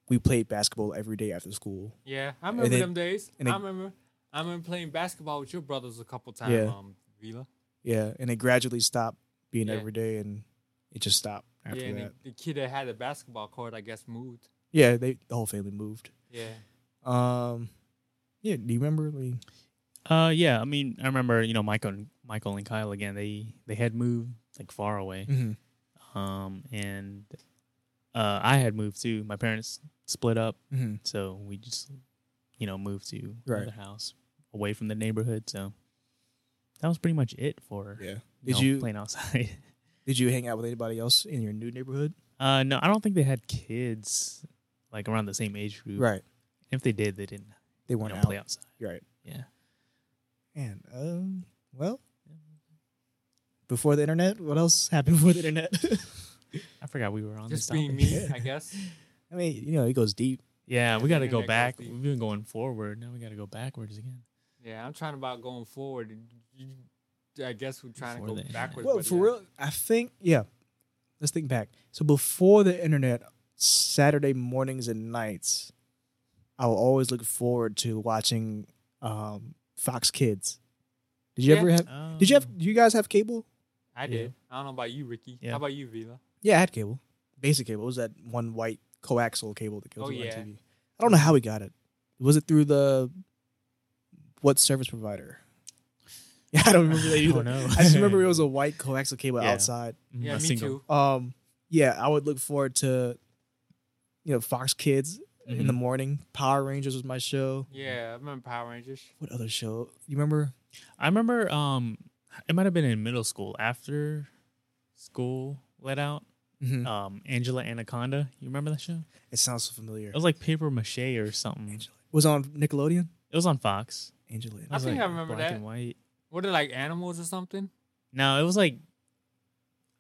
Speaker 1: we played basketball every day after school.
Speaker 4: Yeah, I remember
Speaker 1: then-
Speaker 4: them days.
Speaker 1: and
Speaker 4: I
Speaker 1: it-
Speaker 4: remember. I remember playing basketball with your brothers a couple times.
Speaker 1: Yeah.
Speaker 4: Um, Vila.
Speaker 1: Yeah, and it gradually stopped being
Speaker 4: Yeah.
Speaker 1: every day, and it just stopped after
Speaker 4: yeah, and
Speaker 1: that.
Speaker 4: The, the kid that had the basketball court, I guess, moved.
Speaker 1: Yeah, they the whole family moved.
Speaker 4: Yeah.
Speaker 1: Um, yeah, do you remember? I mean,
Speaker 5: Uh, yeah. I mean, I remember you know Michael and Michael and Kyle again. They they had moved like far away.
Speaker 1: mm-hmm,
Speaker 5: Um, and uh, I had moved too. My parents split up,
Speaker 1: Mhm.
Speaker 5: so we just you know moved to
Speaker 1: Right.
Speaker 5: another house away from the neighborhood. So that was pretty much it for
Speaker 1: yeah.
Speaker 5: you
Speaker 1: Did
Speaker 5: know,
Speaker 1: you
Speaker 5: playing outside. (laughs)
Speaker 1: did you hang out with anybody else in your new neighborhood?
Speaker 5: uh, no, I don't think they had kids like around the same age group.
Speaker 1: Right,
Speaker 5: If they did, they didn't
Speaker 1: they
Speaker 5: you
Speaker 1: weren't
Speaker 5: know,
Speaker 1: out.
Speaker 5: play outside.
Speaker 1: Right.
Speaker 5: Yeah.
Speaker 1: And um, well, before the internet, what else happened before the internet?
Speaker 5: I forgot we were on
Speaker 4: Just
Speaker 5: this (laughs)
Speaker 4: being
Speaker 5: topic.
Speaker 4: me, I guess.
Speaker 1: (laughs) I mean, you know, it goes deep.
Speaker 5: Yeah, we got to
Speaker 4: Yeah,
Speaker 5: go
Speaker 4: that goes
Speaker 5: back.
Speaker 4: deep.
Speaker 5: We've been going forward. Now we got to go backwards again.
Speaker 4: Yeah, I'm trying about going forward. You- I guess we're trying
Speaker 5: Before
Speaker 4: to
Speaker 5: the
Speaker 4: go
Speaker 5: internet.
Speaker 4: backwards.
Speaker 1: Well,
Speaker 4: but
Speaker 1: for
Speaker 4: yeah.
Speaker 1: real, I think yeah. Let's think back. So before the internet, Saturday mornings and nights, I will always look forward to watching um, Fox Kids. Did you
Speaker 4: Yeah.
Speaker 1: ever have? Did you
Speaker 5: Um,
Speaker 1: have? Do you guys have cable?
Speaker 4: I
Speaker 5: Yeah.
Speaker 4: did. I don't know about you, Ricky.
Speaker 5: Yeah.
Speaker 4: How about you, Vila?
Speaker 1: Yeah, I had cable. Basic cable. It was that one white coaxial cable that goes
Speaker 4: Oh,
Speaker 1: on my
Speaker 4: yeah.
Speaker 1: TV. I don't know how we got it. Was it through the what service provider? (laughs) Yeah, I don't remember that
Speaker 5: I
Speaker 1: either.
Speaker 5: don't know.
Speaker 1: I just
Speaker 5: (laughs)
Speaker 1: remember it was a white coaxial cable
Speaker 5: Yeah.
Speaker 1: outside.
Speaker 5: Mm,
Speaker 4: Yeah,
Speaker 5: a
Speaker 4: me
Speaker 5: single-
Speaker 4: too.
Speaker 1: um yeah i would look forward to you know fox kids in
Speaker 5: Mhm.
Speaker 1: the morning power rangers was my show
Speaker 4: Yeah, I remember Power Rangers.
Speaker 1: what other show you remember
Speaker 5: I remember um it might have been in middle school after school let out
Speaker 1: Mhm.
Speaker 5: um Angela Anaconda. You remember that show?
Speaker 1: it sounds so familiar
Speaker 5: It
Speaker 1: it
Speaker 5: was like paper mache or something.
Speaker 1: was on nickelodeon
Speaker 5: It was on Fox.
Speaker 1: angela
Speaker 5: It
Speaker 4: I
Speaker 5: was,
Speaker 4: think
Speaker 5: like,
Speaker 4: I remember
Speaker 5: black
Speaker 4: that.
Speaker 5: and white.
Speaker 4: Were they like animals or something?
Speaker 5: No, it was like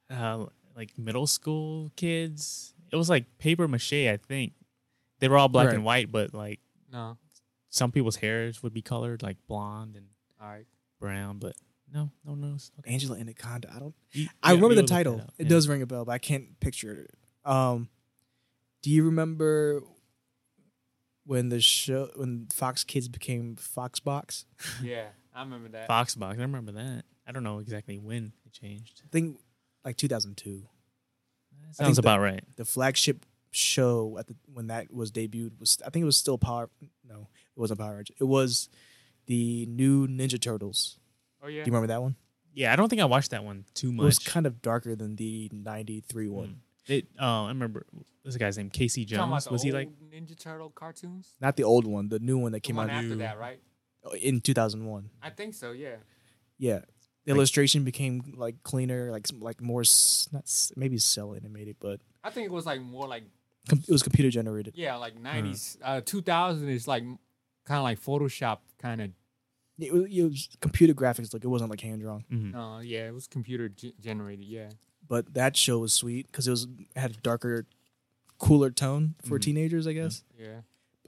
Speaker 5: uh like middle school kids. It was like paper mache, I think. They were all black
Speaker 1: Right.
Speaker 5: and white, but like
Speaker 4: No.
Speaker 5: some people's hairs would be colored like blonde and
Speaker 4: All
Speaker 5: (laughs)
Speaker 4: right.
Speaker 5: brown, but no, no one knows. Okay.
Speaker 1: angela anaconda i don't
Speaker 5: You-
Speaker 1: i
Speaker 5: yeah,
Speaker 1: remember
Speaker 5: you'll
Speaker 1: the
Speaker 5: look that
Speaker 1: title
Speaker 5: up.
Speaker 1: it
Speaker 5: Yeah.
Speaker 1: does ring a bell but i can't picture it um do you remember when the show when fox kids became fox box
Speaker 4: Yeah, I remember that.
Speaker 5: Fox Box. I remember that. I don't know exactly when it changed.
Speaker 1: i think like 2002
Speaker 5: That sounds
Speaker 1: the-
Speaker 5: about right.
Speaker 1: the flagship show at the when that was debuted was I think it was still Power. No, it wasn't Power Rangers. It was the new Ninja Turtles.
Speaker 4: Oh yeah.
Speaker 1: Do you remember that one?
Speaker 5: Yeah, I don't think I watched that one too much.
Speaker 1: It was kind of darker than the '93 one.
Speaker 5: It, uh, I remember this guy's name Casey
Speaker 4: Talking about
Speaker 5: Jones.
Speaker 4: the
Speaker 5: Was he
Speaker 4: old
Speaker 5: like?
Speaker 4: Ninja Turtle cartoons?
Speaker 1: Not the old one, the new one that
Speaker 4: The
Speaker 1: came
Speaker 4: one
Speaker 1: out
Speaker 4: after
Speaker 5: new-
Speaker 4: that, right?
Speaker 1: in 2001.
Speaker 4: I think so. Yeah.
Speaker 1: Yeah, the
Speaker 5: Like-
Speaker 1: illustration became like cleaner, like some- like more s- not s- maybe cell animated, but
Speaker 4: I think it was like more like
Speaker 1: com- it was computer generated.
Speaker 4: yeah, like nineties, uh, two thousand is like kind of like Photoshop kind of.
Speaker 1: It was, it was computer graphics, like it wasn't like hand drawn.
Speaker 5: Mhm.
Speaker 4: Uh, yeah, it was computer g- generated. Yeah.
Speaker 1: But that show was sweet because it was had a darker, cooler tone for
Speaker 5: Mhm.
Speaker 1: teenagers, I guess.
Speaker 4: Yeah.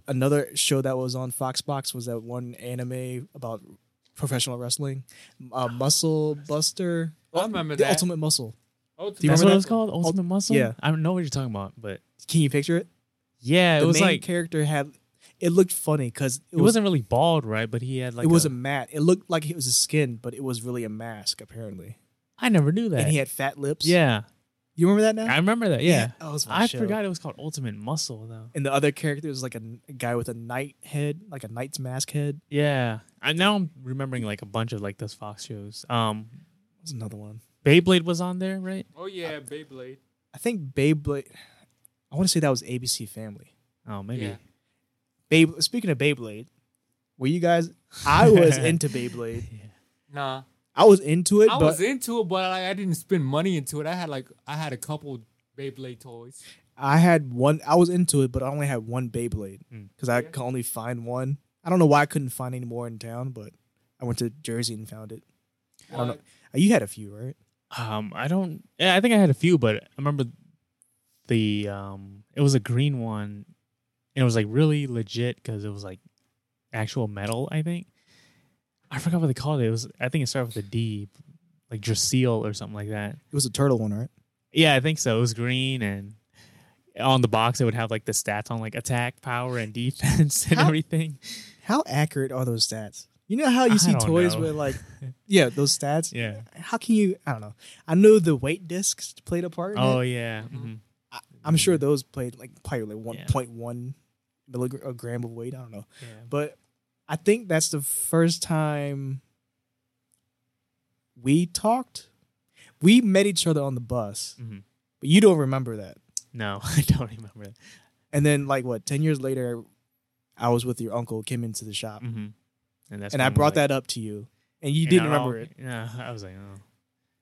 Speaker 1: another show that was on Fox Box was that one anime about professional wrestling, uh, Muscle Buster,
Speaker 5: Oh,
Speaker 4: I remember
Speaker 1: the
Speaker 4: that.
Speaker 1: Ultimate Muscle.
Speaker 4: Oh,
Speaker 1: you
Speaker 5: That's
Speaker 1: remember
Speaker 5: what
Speaker 1: that?
Speaker 5: it was called, Ultimate Muscle.
Speaker 1: yeah.
Speaker 5: I don't know what you're talking about, but
Speaker 1: Can you picture it?
Speaker 5: yeah, it
Speaker 1: the
Speaker 5: was
Speaker 1: main
Speaker 5: like
Speaker 1: character had. It looked funny because
Speaker 5: it wasn't really bald, right? But he had like
Speaker 1: it was a,
Speaker 5: a-
Speaker 1: mat. It looked like it was a skin, but it was really a mask apparently.
Speaker 5: I never knew that.
Speaker 1: And he had fat lips.
Speaker 5: yeah,
Speaker 1: you remember that now?
Speaker 5: I remember that. Yeah,
Speaker 1: that was my
Speaker 5: I
Speaker 1: show.
Speaker 5: forgot it was called Ultimate Muscle though.
Speaker 1: And the other character was like a, a guy with a knight head, like a knight's mask head.
Speaker 5: Yeah, I now I'm remembering like a bunch of like those Fox shows. Um,
Speaker 1: That's another one.
Speaker 5: Beyblade was on there, right?
Speaker 4: Oh yeah, Beyblade.
Speaker 1: I think Beyblade. I want to say that was ABC Family.
Speaker 5: Oh, maybe.
Speaker 4: Yeah.
Speaker 1: Beyblade. Speaking of Beyblade, were you guys? I
Speaker 5: (laughs)
Speaker 1: was into Beyblade.
Speaker 4: Nah,
Speaker 1: I was into it,
Speaker 4: I
Speaker 1: but
Speaker 4: was into it, but like, I didn't spend money into it. I had like I had a couple Beyblade toys.
Speaker 1: I had one. I was into it, but I only had one Beyblade
Speaker 5: Mm.
Speaker 1: because I
Speaker 4: Yeah.
Speaker 1: could only find one. I don't know why I couldn't find any more in town, but I went to Jersey and found it. I don't know. Uh,
Speaker 4: What?
Speaker 1: You had a few, right?
Speaker 5: Um, I don't. Yeah, I think I had a few, but I remember the um, it was a green one, and it was like really legit because it was like actual metal. I think I forgot what they called it. It was I think it started with a D, like Drasil or something like that.
Speaker 1: It was a turtle one, right?
Speaker 5: Yeah, I think so. It was green and. On the box, it would have like the stats on like attack, power, and (laughs) defense, and
Speaker 1: How-
Speaker 5: everything.
Speaker 1: How accurate are those stats? You know how you see
Speaker 5: don't
Speaker 1: toys
Speaker 5: know.
Speaker 1: with like, yeah, those stats.
Speaker 5: (laughs) Yeah.
Speaker 1: How can you? I don't know. I know the weight discs played a part. In
Speaker 5: Oh
Speaker 1: it.
Speaker 5: yeah.
Speaker 4: Mhm.
Speaker 5: mhm.
Speaker 1: I'm sure those played like probably like
Speaker 5: Yeah.
Speaker 1: 1.1 milligram gram of weight. I don't know.
Speaker 5: yeah.
Speaker 1: but I think that's the first time we talked. We met each other on the bus,
Speaker 5: Mhm.
Speaker 1: but you don't remember that.
Speaker 5: No, (laughs) I don't remember that.
Speaker 1: And then, like what, ten years later, I was with your uncle, came into the shop,
Speaker 5: Mhm. And that's
Speaker 1: and I
Speaker 5: when,
Speaker 1: brought
Speaker 5: like,
Speaker 1: that up to you, and you didn't
Speaker 5: And I-
Speaker 1: remember it.
Speaker 5: Yeah, I was like, oh.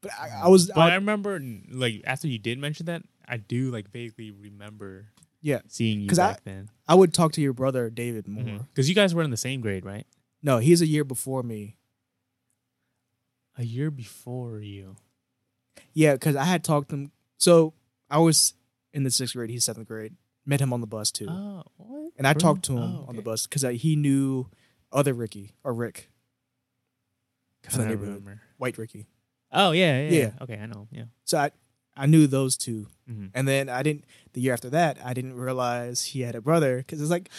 Speaker 1: But I, I was,
Speaker 5: But I,
Speaker 1: I,
Speaker 5: remember, like, after you did mention that, I do like vaguely remember.
Speaker 1: Yeah.
Speaker 5: seeing you
Speaker 1: 'Cause I-
Speaker 5: back then.
Speaker 1: I would talk to your brother David more.
Speaker 5: Because you guys were in the same grade, right?
Speaker 1: No, he's a year before me.
Speaker 5: A year before you.
Speaker 1: Yeah, because I had talked to him. So I I was in the sixth grade. He's seventh grade. Met him on the bus too,
Speaker 5: Oh, what?
Speaker 1: and I
Speaker 5: Really?
Speaker 1: talked to him
Speaker 5: Oh,
Speaker 1: on
Speaker 5: okay.
Speaker 1: the bus because he knew other Ricky or Rick,
Speaker 5: God, I don't
Speaker 1: neighborhood.
Speaker 5: remember.
Speaker 1: white Ricky.
Speaker 5: Oh yeah, yeah, yeah.
Speaker 1: Yeah.
Speaker 5: Okay, I know. Yeah.
Speaker 1: So I I knew those 2
Speaker 5: Mhm.
Speaker 1: and then I didn't. The year after that, I didn't realize he had a brother because it's like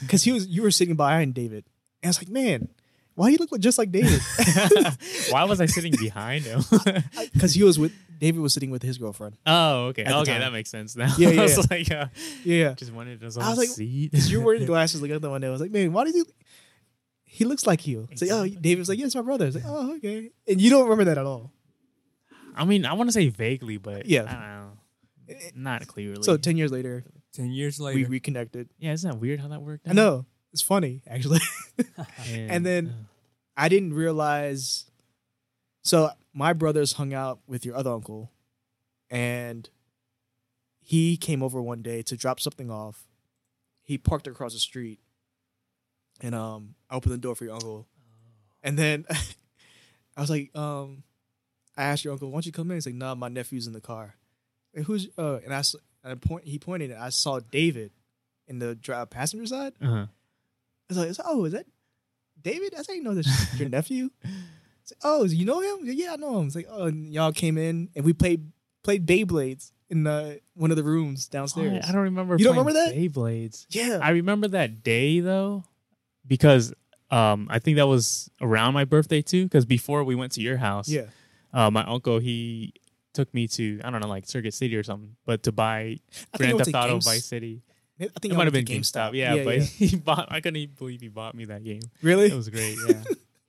Speaker 1: because he was you were sitting behind David, and I was like, man, why he look like- just like
Speaker 5: (laughs)
Speaker 1: David? (laughs)
Speaker 5: Why was I sitting behind him? (laughs)
Speaker 1: Because he was with David was sitting with his girlfriend.
Speaker 5: oh, okay.
Speaker 1: At the
Speaker 5: Okay,
Speaker 1: time.
Speaker 5: that makes sense now.
Speaker 1: Yeah, yeah,
Speaker 5: (laughs) I was
Speaker 1: yeah.
Speaker 5: like,
Speaker 1: (laughs)
Speaker 5: uh,
Speaker 1: Yeah,
Speaker 5: just wanted to
Speaker 1: I was like,
Speaker 5: seat.
Speaker 1: (laughs) because you're
Speaker 5: (laughs)
Speaker 1: wearing glasses like the one day. I was like, man, why does he? He looks like you. It's like, oh,
Speaker 5: Exactly.
Speaker 1: David's like, yes, my brother. It's like, oh, okay. And you don't remember that at all.
Speaker 5: I mean, I want to say vaguely, but
Speaker 1: Yeah.
Speaker 5: I don't know. Not clearly.
Speaker 1: So ten years later,
Speaker 4: Ten years
Speaker 1: we
Speaker 4: later,
Speaker 1: reconnected.
Speaker 5: yeah, isn't that weird how that worked?
Speaker 1: I know it's funny actually.
Speaker 5: And,
Speaker 1: then- I didn't realize. So my brothers hung out with your other uncle, and he came over one day to drop something off. He parked across the street, and um, I opened the door for your uncle, and then (laughs) I was like, um, I asked your uncle, "Why don't you come in?" He's like, "Nah, my nephew's in the car." And who's? Uh, and I s- and I point. He pointed, and I saw David in the drive passenger side.
Speaker 5: uh, uh-huh.
Speaker 1: I was like, oh, is that David? I said, you know this
Speaker 5: (laughs)
Speaker 1: your nephew. It's like, oh, you know him? Yeah, I know him. It's like, oh, and y'all came in and we played played Beyblades in the, one of the rooms downstairs.
Speaker 5: Oh, I don't remember.
Speaker 1: You don't
Speaker 5: playing
Speaker 1: remember that?
Speaker 5: Beyblades.
Speaker 1: yeah,
Speaker 5: I remember that day though, because um, I think that was around my birthday too. Because before we went to your house,
Speaker 1: yeah.
Speaker 5: uh, my uncle he took me to I don't know like Circuit City or something, but to buy
Speaker 1: I think I
Speaker 5: Grand
Speaker 1: went
Speaker 5: Theft
Speaker 1: to
Speaker 5: Auto
Speaker 1: Games-
Speaker 5: Vice City.
Speaker 1: I think
Speaker 5: It
Speaker 1: I
Speaker 5: might have been
Speaker 1: went to
Speaker 5: GameStop. Yeah, but (laughs) he bought. I couldn't even believe he bought me that game.
Speaker 1: really,
Speaker 5: It was great. Yeah,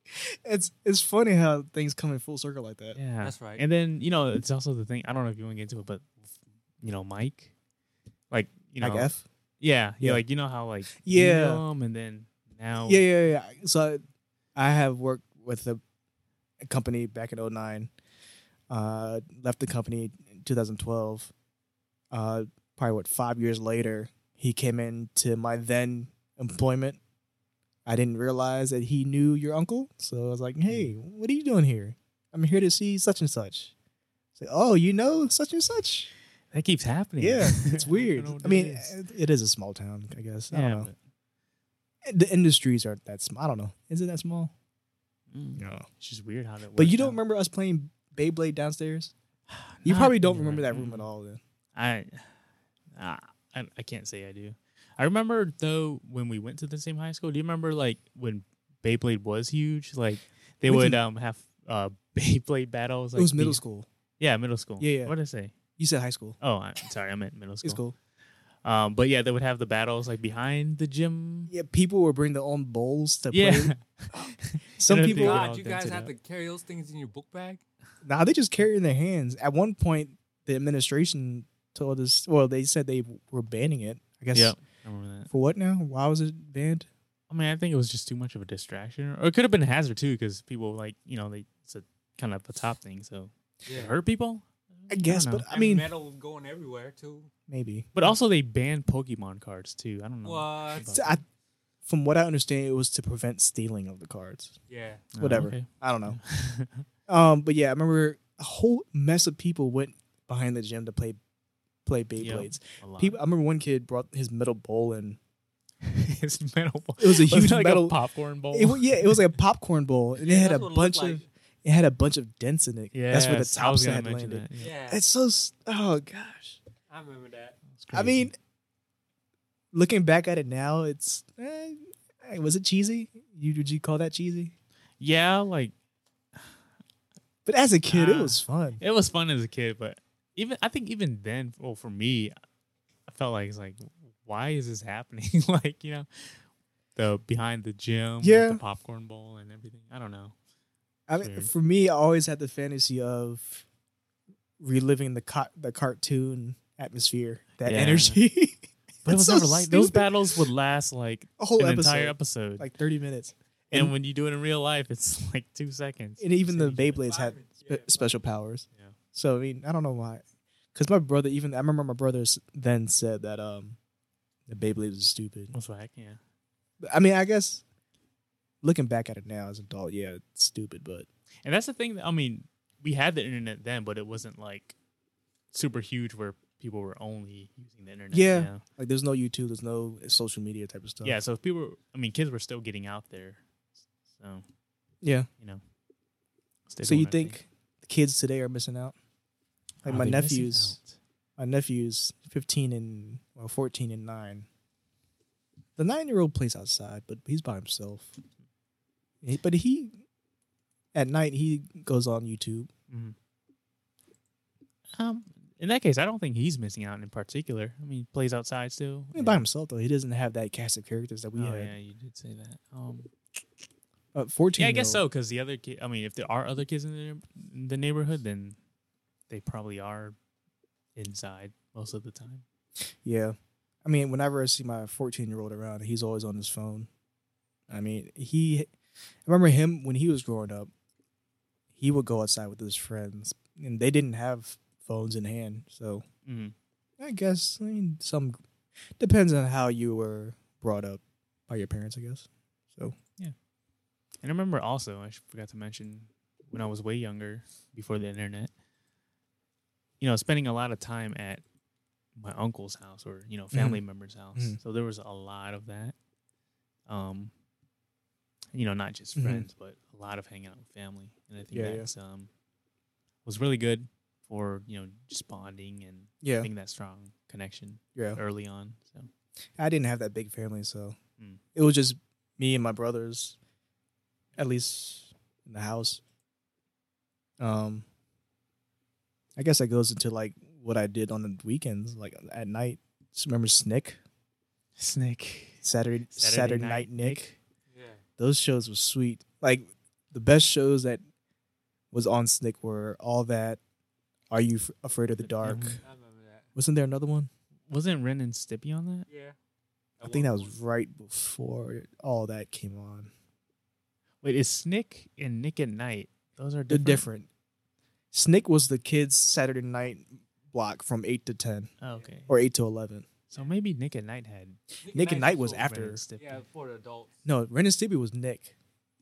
Speaker 1: (laughs) it's it's funny how things come in full circle like that.
Speaker 5: yeah.
Speaker 4: That's right.
Speaker 5: And then you know it's also the thing. I don't know if you want to get into it, but you know Mike, like you know,
Speaker 1: like F.
Speaker 5: yeah, yeah,
Speaker 1: Yeah.
Speaker 5: like you know how like
Speaker 1: Yeah.
Speaker 5: you know him and then now
Speaker 1: Yeah, yeah, yeah. So I have worked with a, a company back in 09. Uh, left the company in 2012. Uh, probably what five years later, he came into my then employment. I didn't realize that he knew your uncle, so I was
Speaker 5: Hmm.
Speaker 1: like, "Hey, what are you doing here? I'm here to see such and such." Say, "Oh, you know such and such."
Speaker 5: that keeps happening.
Speaker 1: Yeah,
Speaker 5: (laughs)
Speaker 1: it's
Speaker 5: don't
Speaker 1: weird.
Speaker 5: know what
Speaker 1: I
Speaker 5: it
Speaker 1: mean,
Speaker 5: is.
Speaker 1: it, it is a small town, I guess. I
Speaker 5: yeah,
Speaker 1: don't know. The industries aren't that small. I don't know. Is it that small?
Speaker 5: but, mm, it's just weird how that.
Speaker 1: But
Speaker 5: worked
Speaker 1: you don't
Speaker 5: out.
Speaker 1: remember us playing Beyblade downstairs? You
Speaker 5: Not
Speaker 1: probably don't
Speaker 5: really.
Speaker 1: remember that room at
Speaker 5: Mm.
Speaker 1: all then.
Speaker 5: I, I, I I can't say I do. I remember though when we went to the same high school. Do you remember like when Beyblade was huge? Like they
Speaker 1: We
Speaker 5: would
Speaker 1: didn't-
Speaker 5: um have uh (laughs) Beyblade battles. Like
Speaker 1: it was middle
Speaker 5: be-
Speaker 1: school.
Speaker 5: Yeah, middle school.
Speaker 1: Yeah, yeah.
Speaker 5: What did I say?
Speaker 1: You said high school.
Speaker 5: Oh, I, sorry, I meant middle school.
Speaker 1: It's cool.
Speaker 5: Um, but yeah, they would have the battles like behind the gym.
Speaker 1: Yeah, people would bring their own bowls to
Speaker 5: Yeah, (laughs)
Speaker 1: play. Some
Speaker 5: And if
Speaker 1: people,
Speaker 5: they- all
Speaker 4: God, you
Speaker 5: dented
Speaker 4: guys have
Speaker 5: up.
Speaker 4: to carry those things in your book bag.
Speaker 1: nah, they just carry it in their hands. At one point, the administration told us, well, they said they were banning it. I guess
Speaker 5: yeah. I remember that.
Speaker 1: for what now? Why was it banned?
Speaker 5: I mean, I think it was just too much of a distraction, or it could have been a hazard too, because people like you know they it's a kind of the top thing, so
Speaker 4: Yeah,
Speaker 5: it hurt people.
Speaker 1: I guess,
Speaker 5: know.
Speaker 1: but I
Speaker 4: And
Speaker 1: mean,
Speaker 4: metal going everywhere too.
Speaker 1: maybe.
Speaker 5: But also they banned Pokemon cards too. I don't know.
Speaker 4: What?
Speaker 5: about
Speaker 1: So I, from what I understand, it was to prevent stealing of the cards.
Speaker 4: Yeah,
Speaker 5: Oh,
Speaker 1: Whatever.
Speaker 5: okay.
Speaker 1: I don't know. Um, but yeah, I remember a whole mess of people went behind the gym to play play Beyblades.
Speaker 5: (laughs) A lot. (laughs)
Speaker 1: People, I remember one kid brought his metal bowl and
Speaker 5: His metal
Speaker 1: (laughs)
Speaker 5: bowl.
Speaker 1: It
Speaker 5: (laughs)
Speaker 1: was a huge
Speaker 5: like
Speaker 1: metal-
Speaker 5: a popcorn bowl.
Speaker 1: (laughs) it, wa- yeah, it was like a popcorn bowl and it had a
Speaker 4: that's what looked
Speaker 1: bunch
Speaker 4: like.
Speaker 1: of it had a bunch of dents in it.
Speaker 5: yeah,
Speaker 1: that's where the
Speaker 5: I
Speaker 1: top
Speaker 5: was gonna
Speaker 1: had
Speaker 5: mention
Speaker 1: landed.
Speaker 5: that. Yeah,
Speaker 4: yeah.
Speaker 1: It's so s- oh gosh.
Speaker 4: I remember that.
Speaker 5: it's
Speaker 1: I
Speaker 5: crazy.
Speaker 1: mean, looking back at it now, it's eh, eh, was it cheesy? You would you call that cheesy?
Speaker 5: yeah, like
Speaker 1: But as a kid, it
Speaker 5: Ah.
Speaker 1: was fun.
Speaker 5: it was fun as a kid, but even I think even then, well, for me, I felt like it's like, why is this happening? (laughs) like you know, the behind the gym, like,
Speaker 1: Yeah.
Speaker 5: the popcorn bowl and everything. I don't know.
Speaker 1: I mean,
Speaker 5: Sure.
Speaker 1: for me, I always had the fantasy of reliving the co- the cartoon atmosphere, that
Speaker 5: Yeah.
Speaker 1: energy. (laughs)
Speaker 5: But it
Speaker 1: It's
Speaker 5: was
Speaker 1: so
Speaker 5: never like those
Speaker 1: stupid.
Speaker 5: battles would last like
Speaker 1: A whole
Speaker 5: an
Speaker 1: episode,
Speaker 5: entire episode,
Speaker 1: like thirty minutes,
Speaker 5: and,
Speaker 1: and-
Speaker 5: when you do it in real life, it's (laughs) like two seconds.
Speaker 1: and even the
Speaker 5: It's ridiculous.
Speaker 1: Beyblades had
Speaker 4: Environment,
Speaker 1: spe-
Speaker 4: yeah,
Speaker 1: special powers.
Speaker 5: Yeah.
Speaker 1: So I mean, I don't know why, because my brother even I remember my brother s- then said that um, the Beyblades was stupid.
Speaker 5: was whack. Yeah.
Speaker 1: But, I mean, I guess looking back at it now as an adult, yeah, it's stupid, but
Speaker 5: And that's the thing. That, I mean, we had the internet then, but it wasn't like super huge where people were only using the internet.
Speaker 1: Yeah.
Speaker 5: you know?
Speaker 1: Like there's no YouTube, there's no social media type of stuff.
Speaker 5: yeah. So if people, were, I mean, kids were still getting out there. So
Speaker 1: yeah.
Speaker 5: you know. stay
Speaker 1: so you
Speaker 5: doing their thing.
Speaker 1: think the kids today are missing out? Like
Speaker 5: Are
Speaker 1: my
Speaker 5: they missing
Speaker 1: nephews,
Speaker 5: out?
Speaker 1: my nephews, fifteen and well, fourteen and nine. The nine-year-old plays outside, but he's by himself. He- But he, at night, he goes on YouTube.
Speaker 5: Mm-hmm. Um, in that case, I don't think he's missing out in particular. I mean, he plays outside still.
Speaker 1: I mean, By himself though, he doesn't have that cast of characters that we
Speaker 5: Oh,
Speaker 1: had.
Speaker 5: yeah, you did say that. Um,
Speaker 1: Uh, Fourteen.
Speaker 5: yeah, I guess so. Because the other kid, I mean, if there are other kids in the, in the neighborhood, then they probably are inside most of the time.
Speaker 1: Yeah. I mean, whenever I see my 14 year old around, he's always on his phone. I mean, he, I remember him when he was growing up, he would go outside with his friends, and they didn't have phones in hand. So
Speaker 5: Mm.
Speaker 1: I guess, I mean, some depends on how you were brought up by your parents, I guess. So,
Speaker 5: And I remember also, I sh- forgot to mention, when I was way younger, before the internet, you know, spending a lot of time at my uncle's house or,
Speaker 1: Mm-hmm.
Speaker 5: you know, family members' house.
Speaker 1: Mhm.
Speaker 5: So there was a lot of that. Um, you know, not just
Speaker 1: Mhm.
Speaker 5: friends, but a lot of hanging out with family. And I think
Speaker 1: Yeah, yeah.
Speaker 5: that's um was really good for, you know, just bonding and
Speaker 1: yeah.
Speaker 5: having that strong connection
Speaker 1: Yeah.
Speaker 5: early on. So
Speaker 1: I didn't have that big family, so
Speaker 5: Mm.
Speaker 1: it was just me and my brothers, at least in the house. Um, I guess that goes into like what I did on the weekends, like at night. Just remember Snick
Speaker 5: Snake.
Speaker 1: Saturday Saturday, Night, Nick.
Speaker 4: Yeah.
Speaker 1: Those shows were sweet. Like the best shows that was on Snick were all that. Are you F- afraid of the dark?
Speaker 5: Mhm.
Speaker 4: I remember that.
Speaker 1: Wasn't there another one?
Speaker 5: Wasn't Ren and Stimpy on that?
Speaker 4: Yeah.
Speaker 1: I think that was right before all that came on.
Speaker 5: Wait, is Snick and Nick at Night? Those are
Speaker 1: They're
Speaker 5: different.
Speaker 1: different. Snick was the kids' Saturday night block from eight to ten
Speaker 5: Oh, okay.
Speaker 1: or eight to eleven.
Speaker 5: So maybe Nick at Night had
Speaker 1: Nick and Knight was
Speaker 4: for-
Speaker 1: after-
Speaker 5: Ren and Stimpy.
Speaker 4: Yeah, for the adults.
Speaker 1: No, Ren and Stimpy was Nick.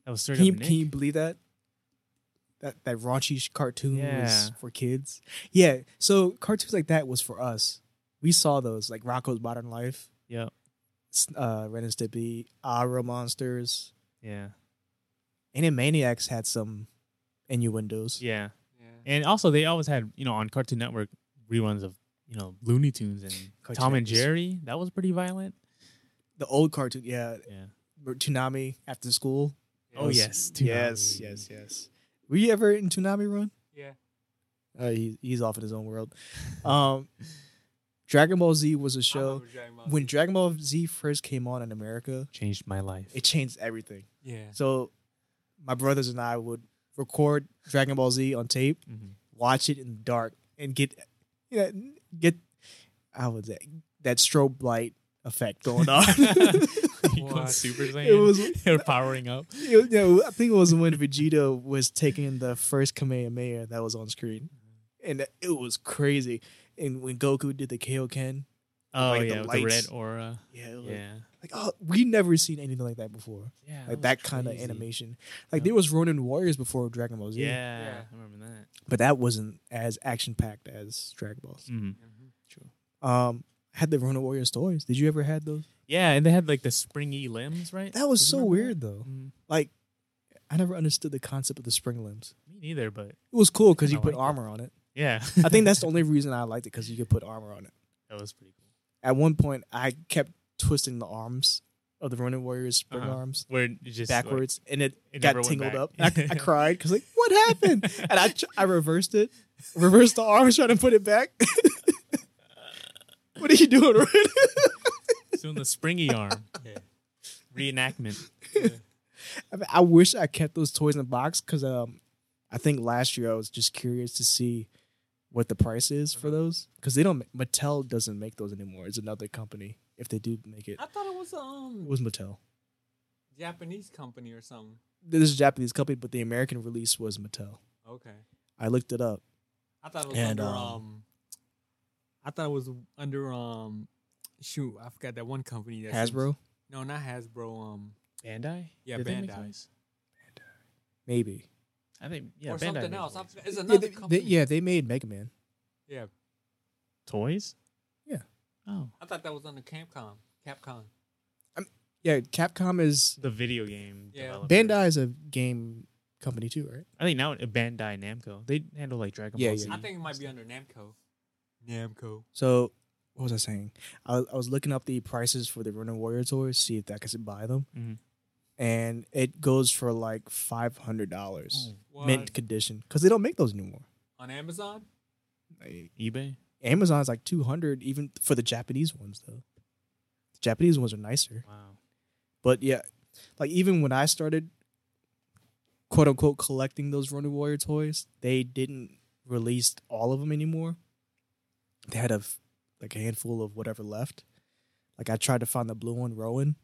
Speaker 5: That was
Speaker 1: Can
Speaker 5: straight
Speaker 1: you,
Speaker 5: up Nick.
Speaker 1: can you believe that? That that raunchy sh- cartoon was
Speaker 5: Yeah.
Speaker 1: for kids. Yeah, so cartoons like that was for us. We saw those like Rocco's Modern Life,
Speaker 5: Yep.
Speaker 1: s- uh, Ren and Stimpy, Ara Monsters, (laughs)
Speaker 5: Yeah.
Speaker 1: Animaniacs had some innuendos.
Speaker 5: Yeah.
Speaker 4: Yeah.
Speaker 5: And also, they always had you know on Cartoon Network reruns of you know Looney Tunes and
Speaker 1: Cartoon
Speaker 5: Tom and
Speaker 1: Networks.
Speaker 5: Jerry. That was pretty violent.
Speaker 1: The old cartoon, yeah,
Speaker 5: Yeah.
Speaker 1: Toonami after school.
Speaker 4: Yeah.
Speaker 5: Oh
Speaker 1: Yes.
Speaker 5: yes.
Speaker 1: Yes, yes, yes. Were you ever in Toonami Run?
Speaker 4: Yeah.
Speaker 1: Uh, he, he's off in his own (laughs) world. Um, Dragon Ball Z was a
Speaker 4: I
Speaker 1: show.
Speaker 4: remember Dragon Ball
Speaker 1: When
Speaker 4: Z.
Speaker 1: Dragon Ball Z first came on in America,
Speaker 5: Changed my life.
Speaker 1: it changed everything.
Speaker 4: yeah.
Speaker 1: So my brothers and I would record Dragon Ball Z on tape,
Speaker 5: Mhm.
Speaker 1: watch it in the dark, and get you know, get how was that that strobe light effect going on. (laughs)
Speaker 5: You going
Speaker 4: What?
Speaker 5: Super Saiyan. (laughs)
Speaker 1: it was
Speaker 5: You're powering up.
Speaker 1: it, was- no, I think it was when Vegeta was taking the first Kamehameha that was on screen, and it was crazy. And when Goku did the Kaioken, (laughs)
Speaker 5: Oh
Speaker 1: Like the
Speaker 5: yeah, with the red
Speaker 1: lights.
Speaker 5: aura.
Speaker 1: yeah, it was
Speaker 5: Yeah.
Speaker 1: like oh, we never seen anything like that before,
Speaker 5: Yeah.
Speaker 1: like
Speaker 5: was
Speaker 1: that kind of
Speaker 5: crazy.
Speaker 1: animation. Like
Speaker 5: Yeah.
Speaker 1: there was Ronin Warriors before Dragon Ball Z,
Speaker 5: Yeah,
Speaker 4: Yeah.
Speaker 5: I remember that.
Speaker 1: but that wasn't as action packed as Dragon Balls.
Speaker 5: Mhm.
Speaker 4: Mhm.
Speaker 1: Um, had the Ronin Warriors toys? Did you ever had those?
Speaker 5: Yeah, and they had like the springy limbs, right?
Speaker 1: That was
Speaker 5: You
Speaker 1: so
Speaker 5: remember
Speaker 1: weird
Speaker 5: that?
Speaker 1: though.
Speaker 5: Mhm.
Speaker 1: Like, I never understood the concept of the spring limbs.
Speaker 5: Me neither, but
Speaker 1: It was cool because you
Speaker 5: Kinda
Speaker 1: put
Speaker 5: like that.
Speaker 1: armor on it.
Speaker 5: yeah,
Speaker 1: I think
Speaker 5: (laughs)
Speaker 1: that's the only reason I liked it because you could put armor on it.
Speaker 5: that was pretty cool.
Speaker 1: at one point I kept twisting the arms of the Ronin Warriors spring
Speaker 5: Uh-huh.
Speaker 1: arms
Speaker 5: Where it just like-
Speaker 1: backwards, and it,
Speaker 5: it
Speaker 1: got
Speaker 5: never went
Speaker 1: tingled
Speaker 5: back.
Speaker 1: up. And I, I cried because like, what
Speaker 5: (laughs)
Speaker 1: happened? and I tr- I reversed it, reversed the arms, trying to put it back. (laughs) what are you doing, Ronin?
Speaker 5: soon
Speaker 1: (laughs)
Speaker 5: the springy arm reenactment.
Speaker 1: I, mean, I wish I kept those toys in the box because um, I think last year I was just curious to see what the price is for
Speaker 4: Uh-huh.
Speaker 1: those because they don't. Mattel doesn't make those anymore. It's another company. If they do make it,
Speaker 4: I thought it was a
Speaker 1: it
Speaker 4: um,
Speaker 1: was Mattel.
Speaker 4: Japanese company or something.
Speaker 1: This is a Japanese company, but the American release was Mattel.
Speaker 4: Okay.
Speaker 1: I looked it up.
Speaker 4: I thought it was
Speaker 1: And,
Speaker 4: under
Speaker 1: um,
Speaker 4: um, I thought it was under um shoot, I forgot that one company that seems-
Speaker 1: Hasbro?
Speaker 4: No, not Hasbro, um
Speaker 5: Bandai.
Speaker 4: Yeah,
Speaker 5: Did they make
Speaker 4: Bandai.
Speaker 5: those?
Speaker 1: Maybe.
Speaker 5: I think yeah,
Speaker 4: or
Speaker 5: Bandai
Speaker 4: something
Speaker 5: made
Speaker 4: else. I
Speaker 5: those.
Speaker 4: f- it's another
Speaker 1: yeah, they,
Speaker 4: company.
Speaker 1: yeah, they made Mega Man.
Speaker 4: Yeah.
Speaker 5: Toys?
Speaker 1: Yeah.
Speaker 5: Oh.
Speaker 4: I thought that was on the Capcom. Capcom.
Speaker 1: Yeah, Capcom is
Speaker 5: The video game.
Speaker 4: Yeah.
Speaker 5: developer.
Speaker 1: Bandai is a game company too, right?
Speaker 5: I think now it- Bandai Namco. They handle like Dragon
Speaker 1: Yeah,
Speaker 5: Ball
Speaker 1: yeah.
Speaker 5: Z.
Speaker 4: I think it might be under Namco. Namco.
Speaker 1: So what was I saying? I, I was looking up the prices for the Running Warrior toys, see if I could buy them,
Speaker 5: Mhm.
Speaker 1: and it goes for like five hundred dollars,
Speaker 4: Oh, What?
Speaker 1: mint condition, because they don't make those anymore.
Speaker 4: on Amazon?
Speaker 1: Like,
Speaker 5: eBay.
Speaker 1: Amazon's like two hundred, even for the Japanese ones though. The Japanese ones are nicer,
Speaker 5: Wow.
Speaker 1: but yeah, like even when I started, quote unquote, collecting those Running Warrior toys, they didn't release all of them anymore. They had a f- like a handful of whatever left. Like I tried to find the blue one, Rowan.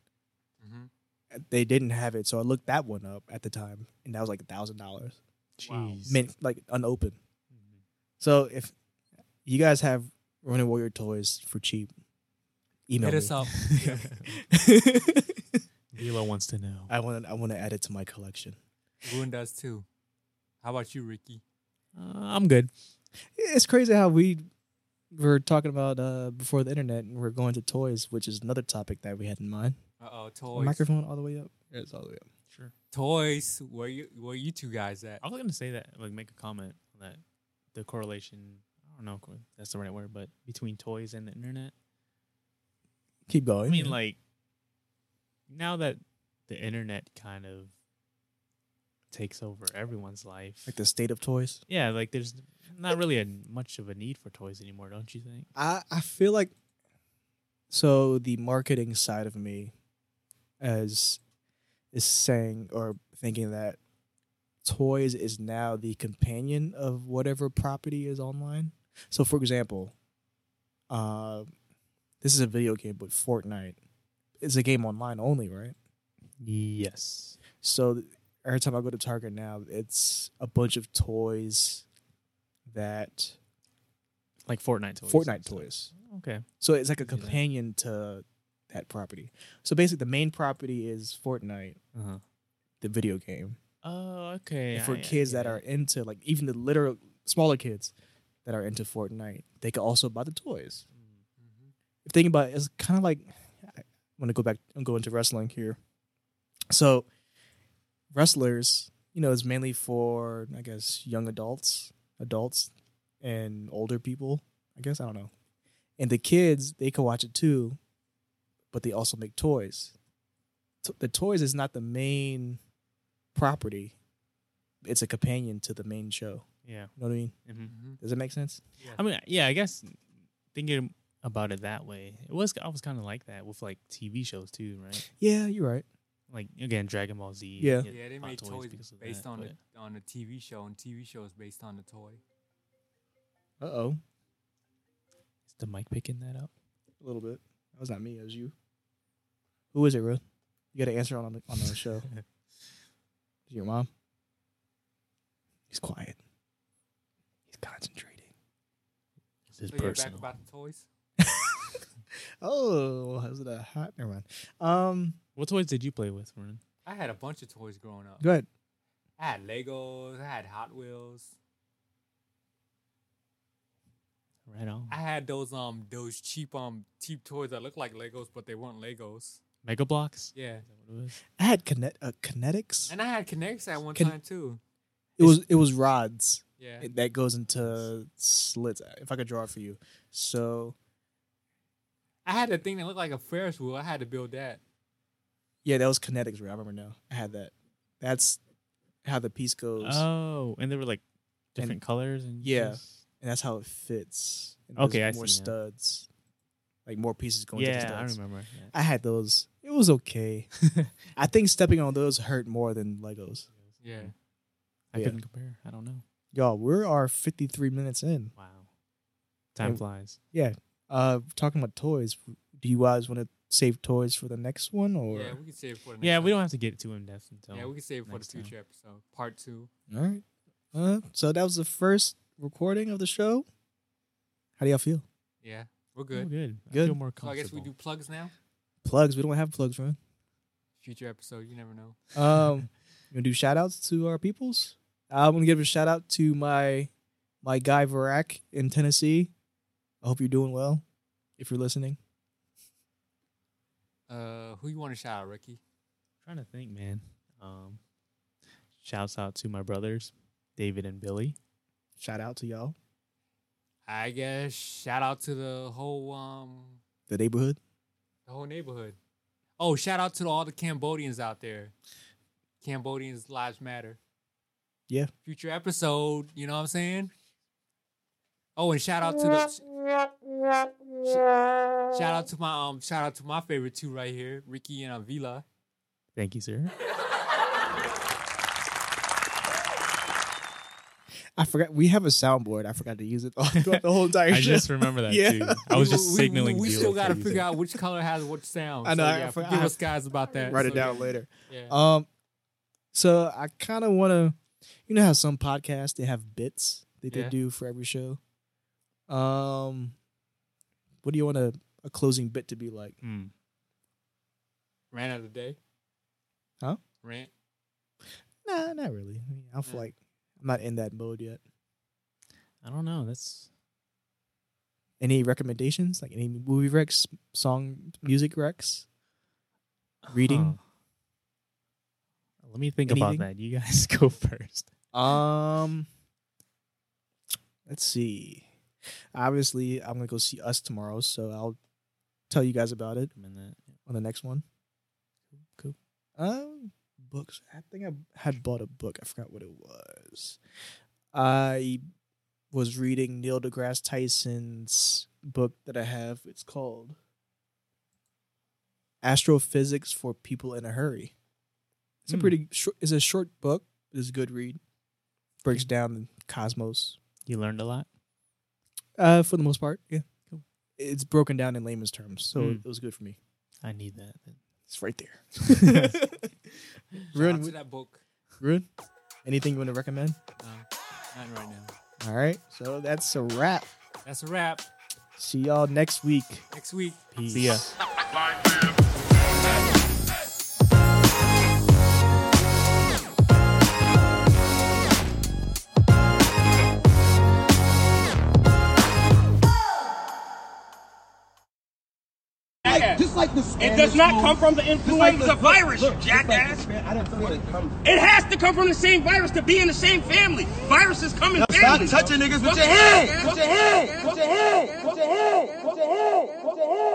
Speaker 4: Mm-hmm.
Speaker 1: they didn't have it, so I looked that one up at the time, and that was like a thousand dollars,
Speaker 4: Wow.
Speaker 5: Jeez. Mm-hmm.
Speaker 1: mint like unopened. So if you guys have Running Warrior toys for cheap, email me.
Speaker 4: Hit us up. (laughs)
Speaker 5: Vila wants to know.
Speaker 1: (laughs) I want I want to add it to my collection.
Speaker 4: Ruin does too. How about you, Ricky?
Speaker 5: Uh, I'm good.
Speaker 1: It's crazy how we were talking about uh, before the internet, and we're going to toys, which is another topic that we had in mind.
Speaker 4: Uh oh, toys.
Speaker 1: Microphone all the way up. It's all the way up.
Speaker 5: Sure.
Speaker 4: toys. Where you where you two guys at?
Speaker 5: I was gonna say that, like, make a comment on that the correlation. I don't know if that's the right word, but between toys and the internet.
Speaker 1: Keep going.
Speaker 5: I mean, like, now that the internet kind of takes over everyone's life,
Speaker 1: like the state of toys.
Speaker 5: yeah, like there's not really a much of a need for toys anymore, don't you think?
Speaker 1: I I feel like so the marketing side of me as is saying or thinking that toys is now the companion of whatever property is online. So for example, uh this is a video game but Fortnite is a game online only, right?
Speaker 5: Yes.
Speaker 1: So th- every time I go to Target now, it's a bunch of toys that
Speaker 5: Like Fortnite toys.
Speaker 1: Fortnite toys.
Speaker 5: Okay.
Speaker 1: So it's like a
Speaker 5: Can do that.
Speaker 1: companion to that property. So basically, the main property is Fortnite,
Speaker 5: Uh-huh.
Speaker 1: the video game,
Speaker 5: Oh, okay.
Speaker 1: and for
Speaker 5: I- I
Speaker 1: kids
Speaker 5: get
Speaker 1: that are
Speaker 5: it.
Speaker 1: into like even the literal smaller kids that are into Fortnite, they could also buy the toys. If thinking about it, it's kind of like I want to go back and go into wrestling here. So wrestlers, you know, is mainly for I guess young adults, adults, and older people. I guess I don't know. And the kids, they can watch it too, but they also make toys. To- The toys is not the main property; it's a companion to the main show.
Speaker 5: yeah.
Speaker 1: You know what I mean?
Speaker 5: hmm
Speaker 4: Mm-hmm.
Speaker 1: Does that make sense?
Speaker 5: I mean, yeah, I guess thinking about it that way, it was I was kind of like that with like TV shows too, right?
Speaker 1: Yeah, you're right.
Speaker 5: Like again, Dragon Ball Z.
Speaker 1: Yeah.
Speaker 5: you get
Speaker 4: Yeah, they
Speaker 5: a lot
Speaker 4: made
Speaker 5: of
Speaker 4: toys
Speaker 5: because of
Speaker 4: based
Speaker 5: that,
Speaker 4: on
Speaker 5: but-
Speaker 4: the on a TV show, and TV show is based on the toy.
Speaker 1: Uh oh,
Speaker 5: Is the mic picking that up?
Speaker 1: a little bit. That was not me. That was you. Who is it, Ruth? You got to answer on the, on the (laughs)
Speaker 5: (laughs)
Speaker 1: show. Is it your mom? He's quiet. He's concentrating.
Speaker 5: This is
Speaker 4: So you're back
Speaker 5: personal.
Speaker 4: about the toys.
Speaker 1: Oh, was it a hot? Never mind. Um,
Speaker 5: What toys did you play with, Vernon?
Speaker 4: I had a bunch of toys growing up.
Speaker 1: go ahead.
Speaker 4: I had Legos. I had Hot Wheels.
Speaker 5: Right on.
Speaker 4: I had those um those cheap um cheap toys that looked like Legos but they weren't Legos.
Speaker 5: Mega Blocks.
Speaker 4: Yeah,
Speaker 5: Is that what it was?
Speaker 1: I had kinet- uh, kinetics.
Speaker 4: and I had Kinects at one
Speaker 1: Kin-
Speaker 4: time too.
Speaker 1: It was it was rods
Speaker 4: Yeah,
Speaker 1: that goes into slits. If I could draw it for you, so
Speaker 4: I had a thing that looked like a Ferris wheel. I had to build that.
Speaker 1: yeah, that was kinetics. Right? I remember now. I had that. That's how the piece goes,
Speaker 5: Oh, and they were like different colors and
Speaker 1: Yeah.
Speaker 5: just-
Speaker 1: and that's how it fits. And there's
Speaker 5: Okay, I
Speaker 1: more
Speaker 5: see now.
Speaker 1: studs, like more pieces going. to the
Speaker 5: Yeah,
Speaker 1: studs.
Speaker 5: I remember. Yeah.
Speaker 1: I had those. It was okay. (laughs) I think stepping on those hurt more than Legos.
Speaker 4: Yeah,
Speaker 5: I
Speaker 1: Yeah.
Speaker 5: couldn't compare. I don't know.
Speaker 1: Y'all, we are 53 minutes in.
Speaker 5: Wow. Time
Speaker 1: And-
Speaker 5: flies.
Speaker 1: Uh, talking about toys, do you guys want to save toys for the next one or?
Speaker 4: yeah, we can save it for the next
Speaker 5: Yeah, we
Speaker 4: time.
Speaker 5: don't have to get too in depth until.
Speaker 4: Yeah, we can save it for the
Speaker 5: next time.
Speaker 4: future episode, part two.
Speaker 1: All right. Uh, so that was the first recording of the show. How do y'all feel?
Speaker 4: Yeah, we're
Speaker 5: Oh,
Speaker 4: good.
Speaker 5: good. I
Speaker 1: Good.
Speaker 5: feel more
Speaker 4: So I
Speaker 5: comfortable.
Speaker 4: guess we do plugs now.
Speaker 1: Plugs? We don't have plugs, man.
Speaker 4: Future episode, you never know.
Speaker 1: Um, you gonna do shout outs to our peoples? I'm gonna give a shout out to my my guy Verac in Tennessee. I hope you're doing well. If you're listening,
Speaker 4: Uh, who you want to shout out, Ricky?
Speaker 5: trying to think, man. Um, shouts out to my brothers, David and Billy.
Speaker 1: shout out to y'all,
Speaker 4: I guess shout out to the whole um
Speaker 1: the neighborhood.
Speaker 4: the whole neighborhood. Oh, shout out to all the Cambodians out there. Cambodians lives matter.
Speaker 1: Yeah.
Speaker 4: Future episode, you know what I'm saying? Oh, and shout out to the sh- shout out to my um shout out to my favorite two right here, Ricky and Avila.
Speaker 5: Thank you, sir.
Speaker 1: I forgot we have a soundboard. I forgot to use it (laughs) throughout the whole entire
Speaker 5: (laughs) I
Speaker 1: show.
Speaker 5: just remember
Speaker 4: (laughs)
Speaker 5: that
Speaker 1: Yeah.
Speaker 5: too. I was just
Speaker 4: We- we-
Speaker 5: signaling.
Speaker 4: We,
Speaker 5: to you
Speaker 4: still
Speaker 5: what
Speaker 4: gotta
Speaker 5: you
Speaker 4: figure
Speaker 5: said.
Speaker 4: out which color has which sound.
Speaker 1: I know,
Speaker 4: So,
Speaker 1: I
Speaker 4: yeah,
Speaker 1: for-
Speaker 4: forgive
Speaker 1: I-
Speaker 4: us guys about that.
Speaker 1: Write it
Speaker 4: So,
Speaker 1: down
Speaker 5: (laughs)
Speaker 1: later.
Speaker 4: Yeah.
Speaker 1: Um, so I kind of want to, you know how some podcasts they have bits that they
Speaker 4: Yeah.
Speaker 1: do for every show. Um, what do you want a, a closing bit to be like?
Speaker 5: Hmm.
Speaker 4: Rant of the day.
Speaker 1: Huh?
Speaker 4: Rant.
Speaker 1: Nah, not really. I mean, I'm
Speaker 4: Yeah.
Speaker 1: like, I'm not in that mode yet.
Speaker 5: I don't know. That's
Speaker 1: Any recommendations? Like any movie recs, song, music recs? Reading?
Speaker 5: Huh. Let me think about
Speaker 1: Anything?
Speaker 5: that. You guys (laughs) go first.
Speaker 1: Um, let's see. Obviously, I'm gonna go see Us tomorrow, so I'll tell you guys about it.
Speaker 5: I'm in that.
Speaker 1: on the next one. Cool. Um, books. I think I had bought a book. I forgot what it was. I was reading Neil deGrasse Tyson's book that I have. It's called Astrophysics for People in a Hurry. It's a
Speaker 5: Hmm.
Speaker 1: pretty. Short, it's a short book. It's a good read. Breaks down the cosmos.
Speaker 5: You learned a lot.
Speaker 1: Uh, for the most part, yeah. Cool. It's broken down in layman's terms, so
Speaker 5: Hmm.
Speaker 1: it was good for me.
Speaker 5: I need that.
Speaker 1: It's right there.
Speaker 4: Shout out to
Speaker 1: (laughs) Ruin,
Speaker 4: that book.
Speaker 1: ruin. Anything you want to recommend?
Speaker 4: No, nothing right now.
Speaker 1: All right. So that's a wrap.
Speaker 4: That's a wrap.
Speaker 1: See y'all next week.
Speaker 4: Next week.
Speaker 5: Peace. See ya.
Speaker 6: Like, just like the
Speaker 7: It does not come from the influenza virus, you jackass. it has to come from the same virus to be in the same family. Viruses come in families.
Speaker 6: touching niggas with your hand. With your hand. With your hand. With your hand. With your hand. With your hand.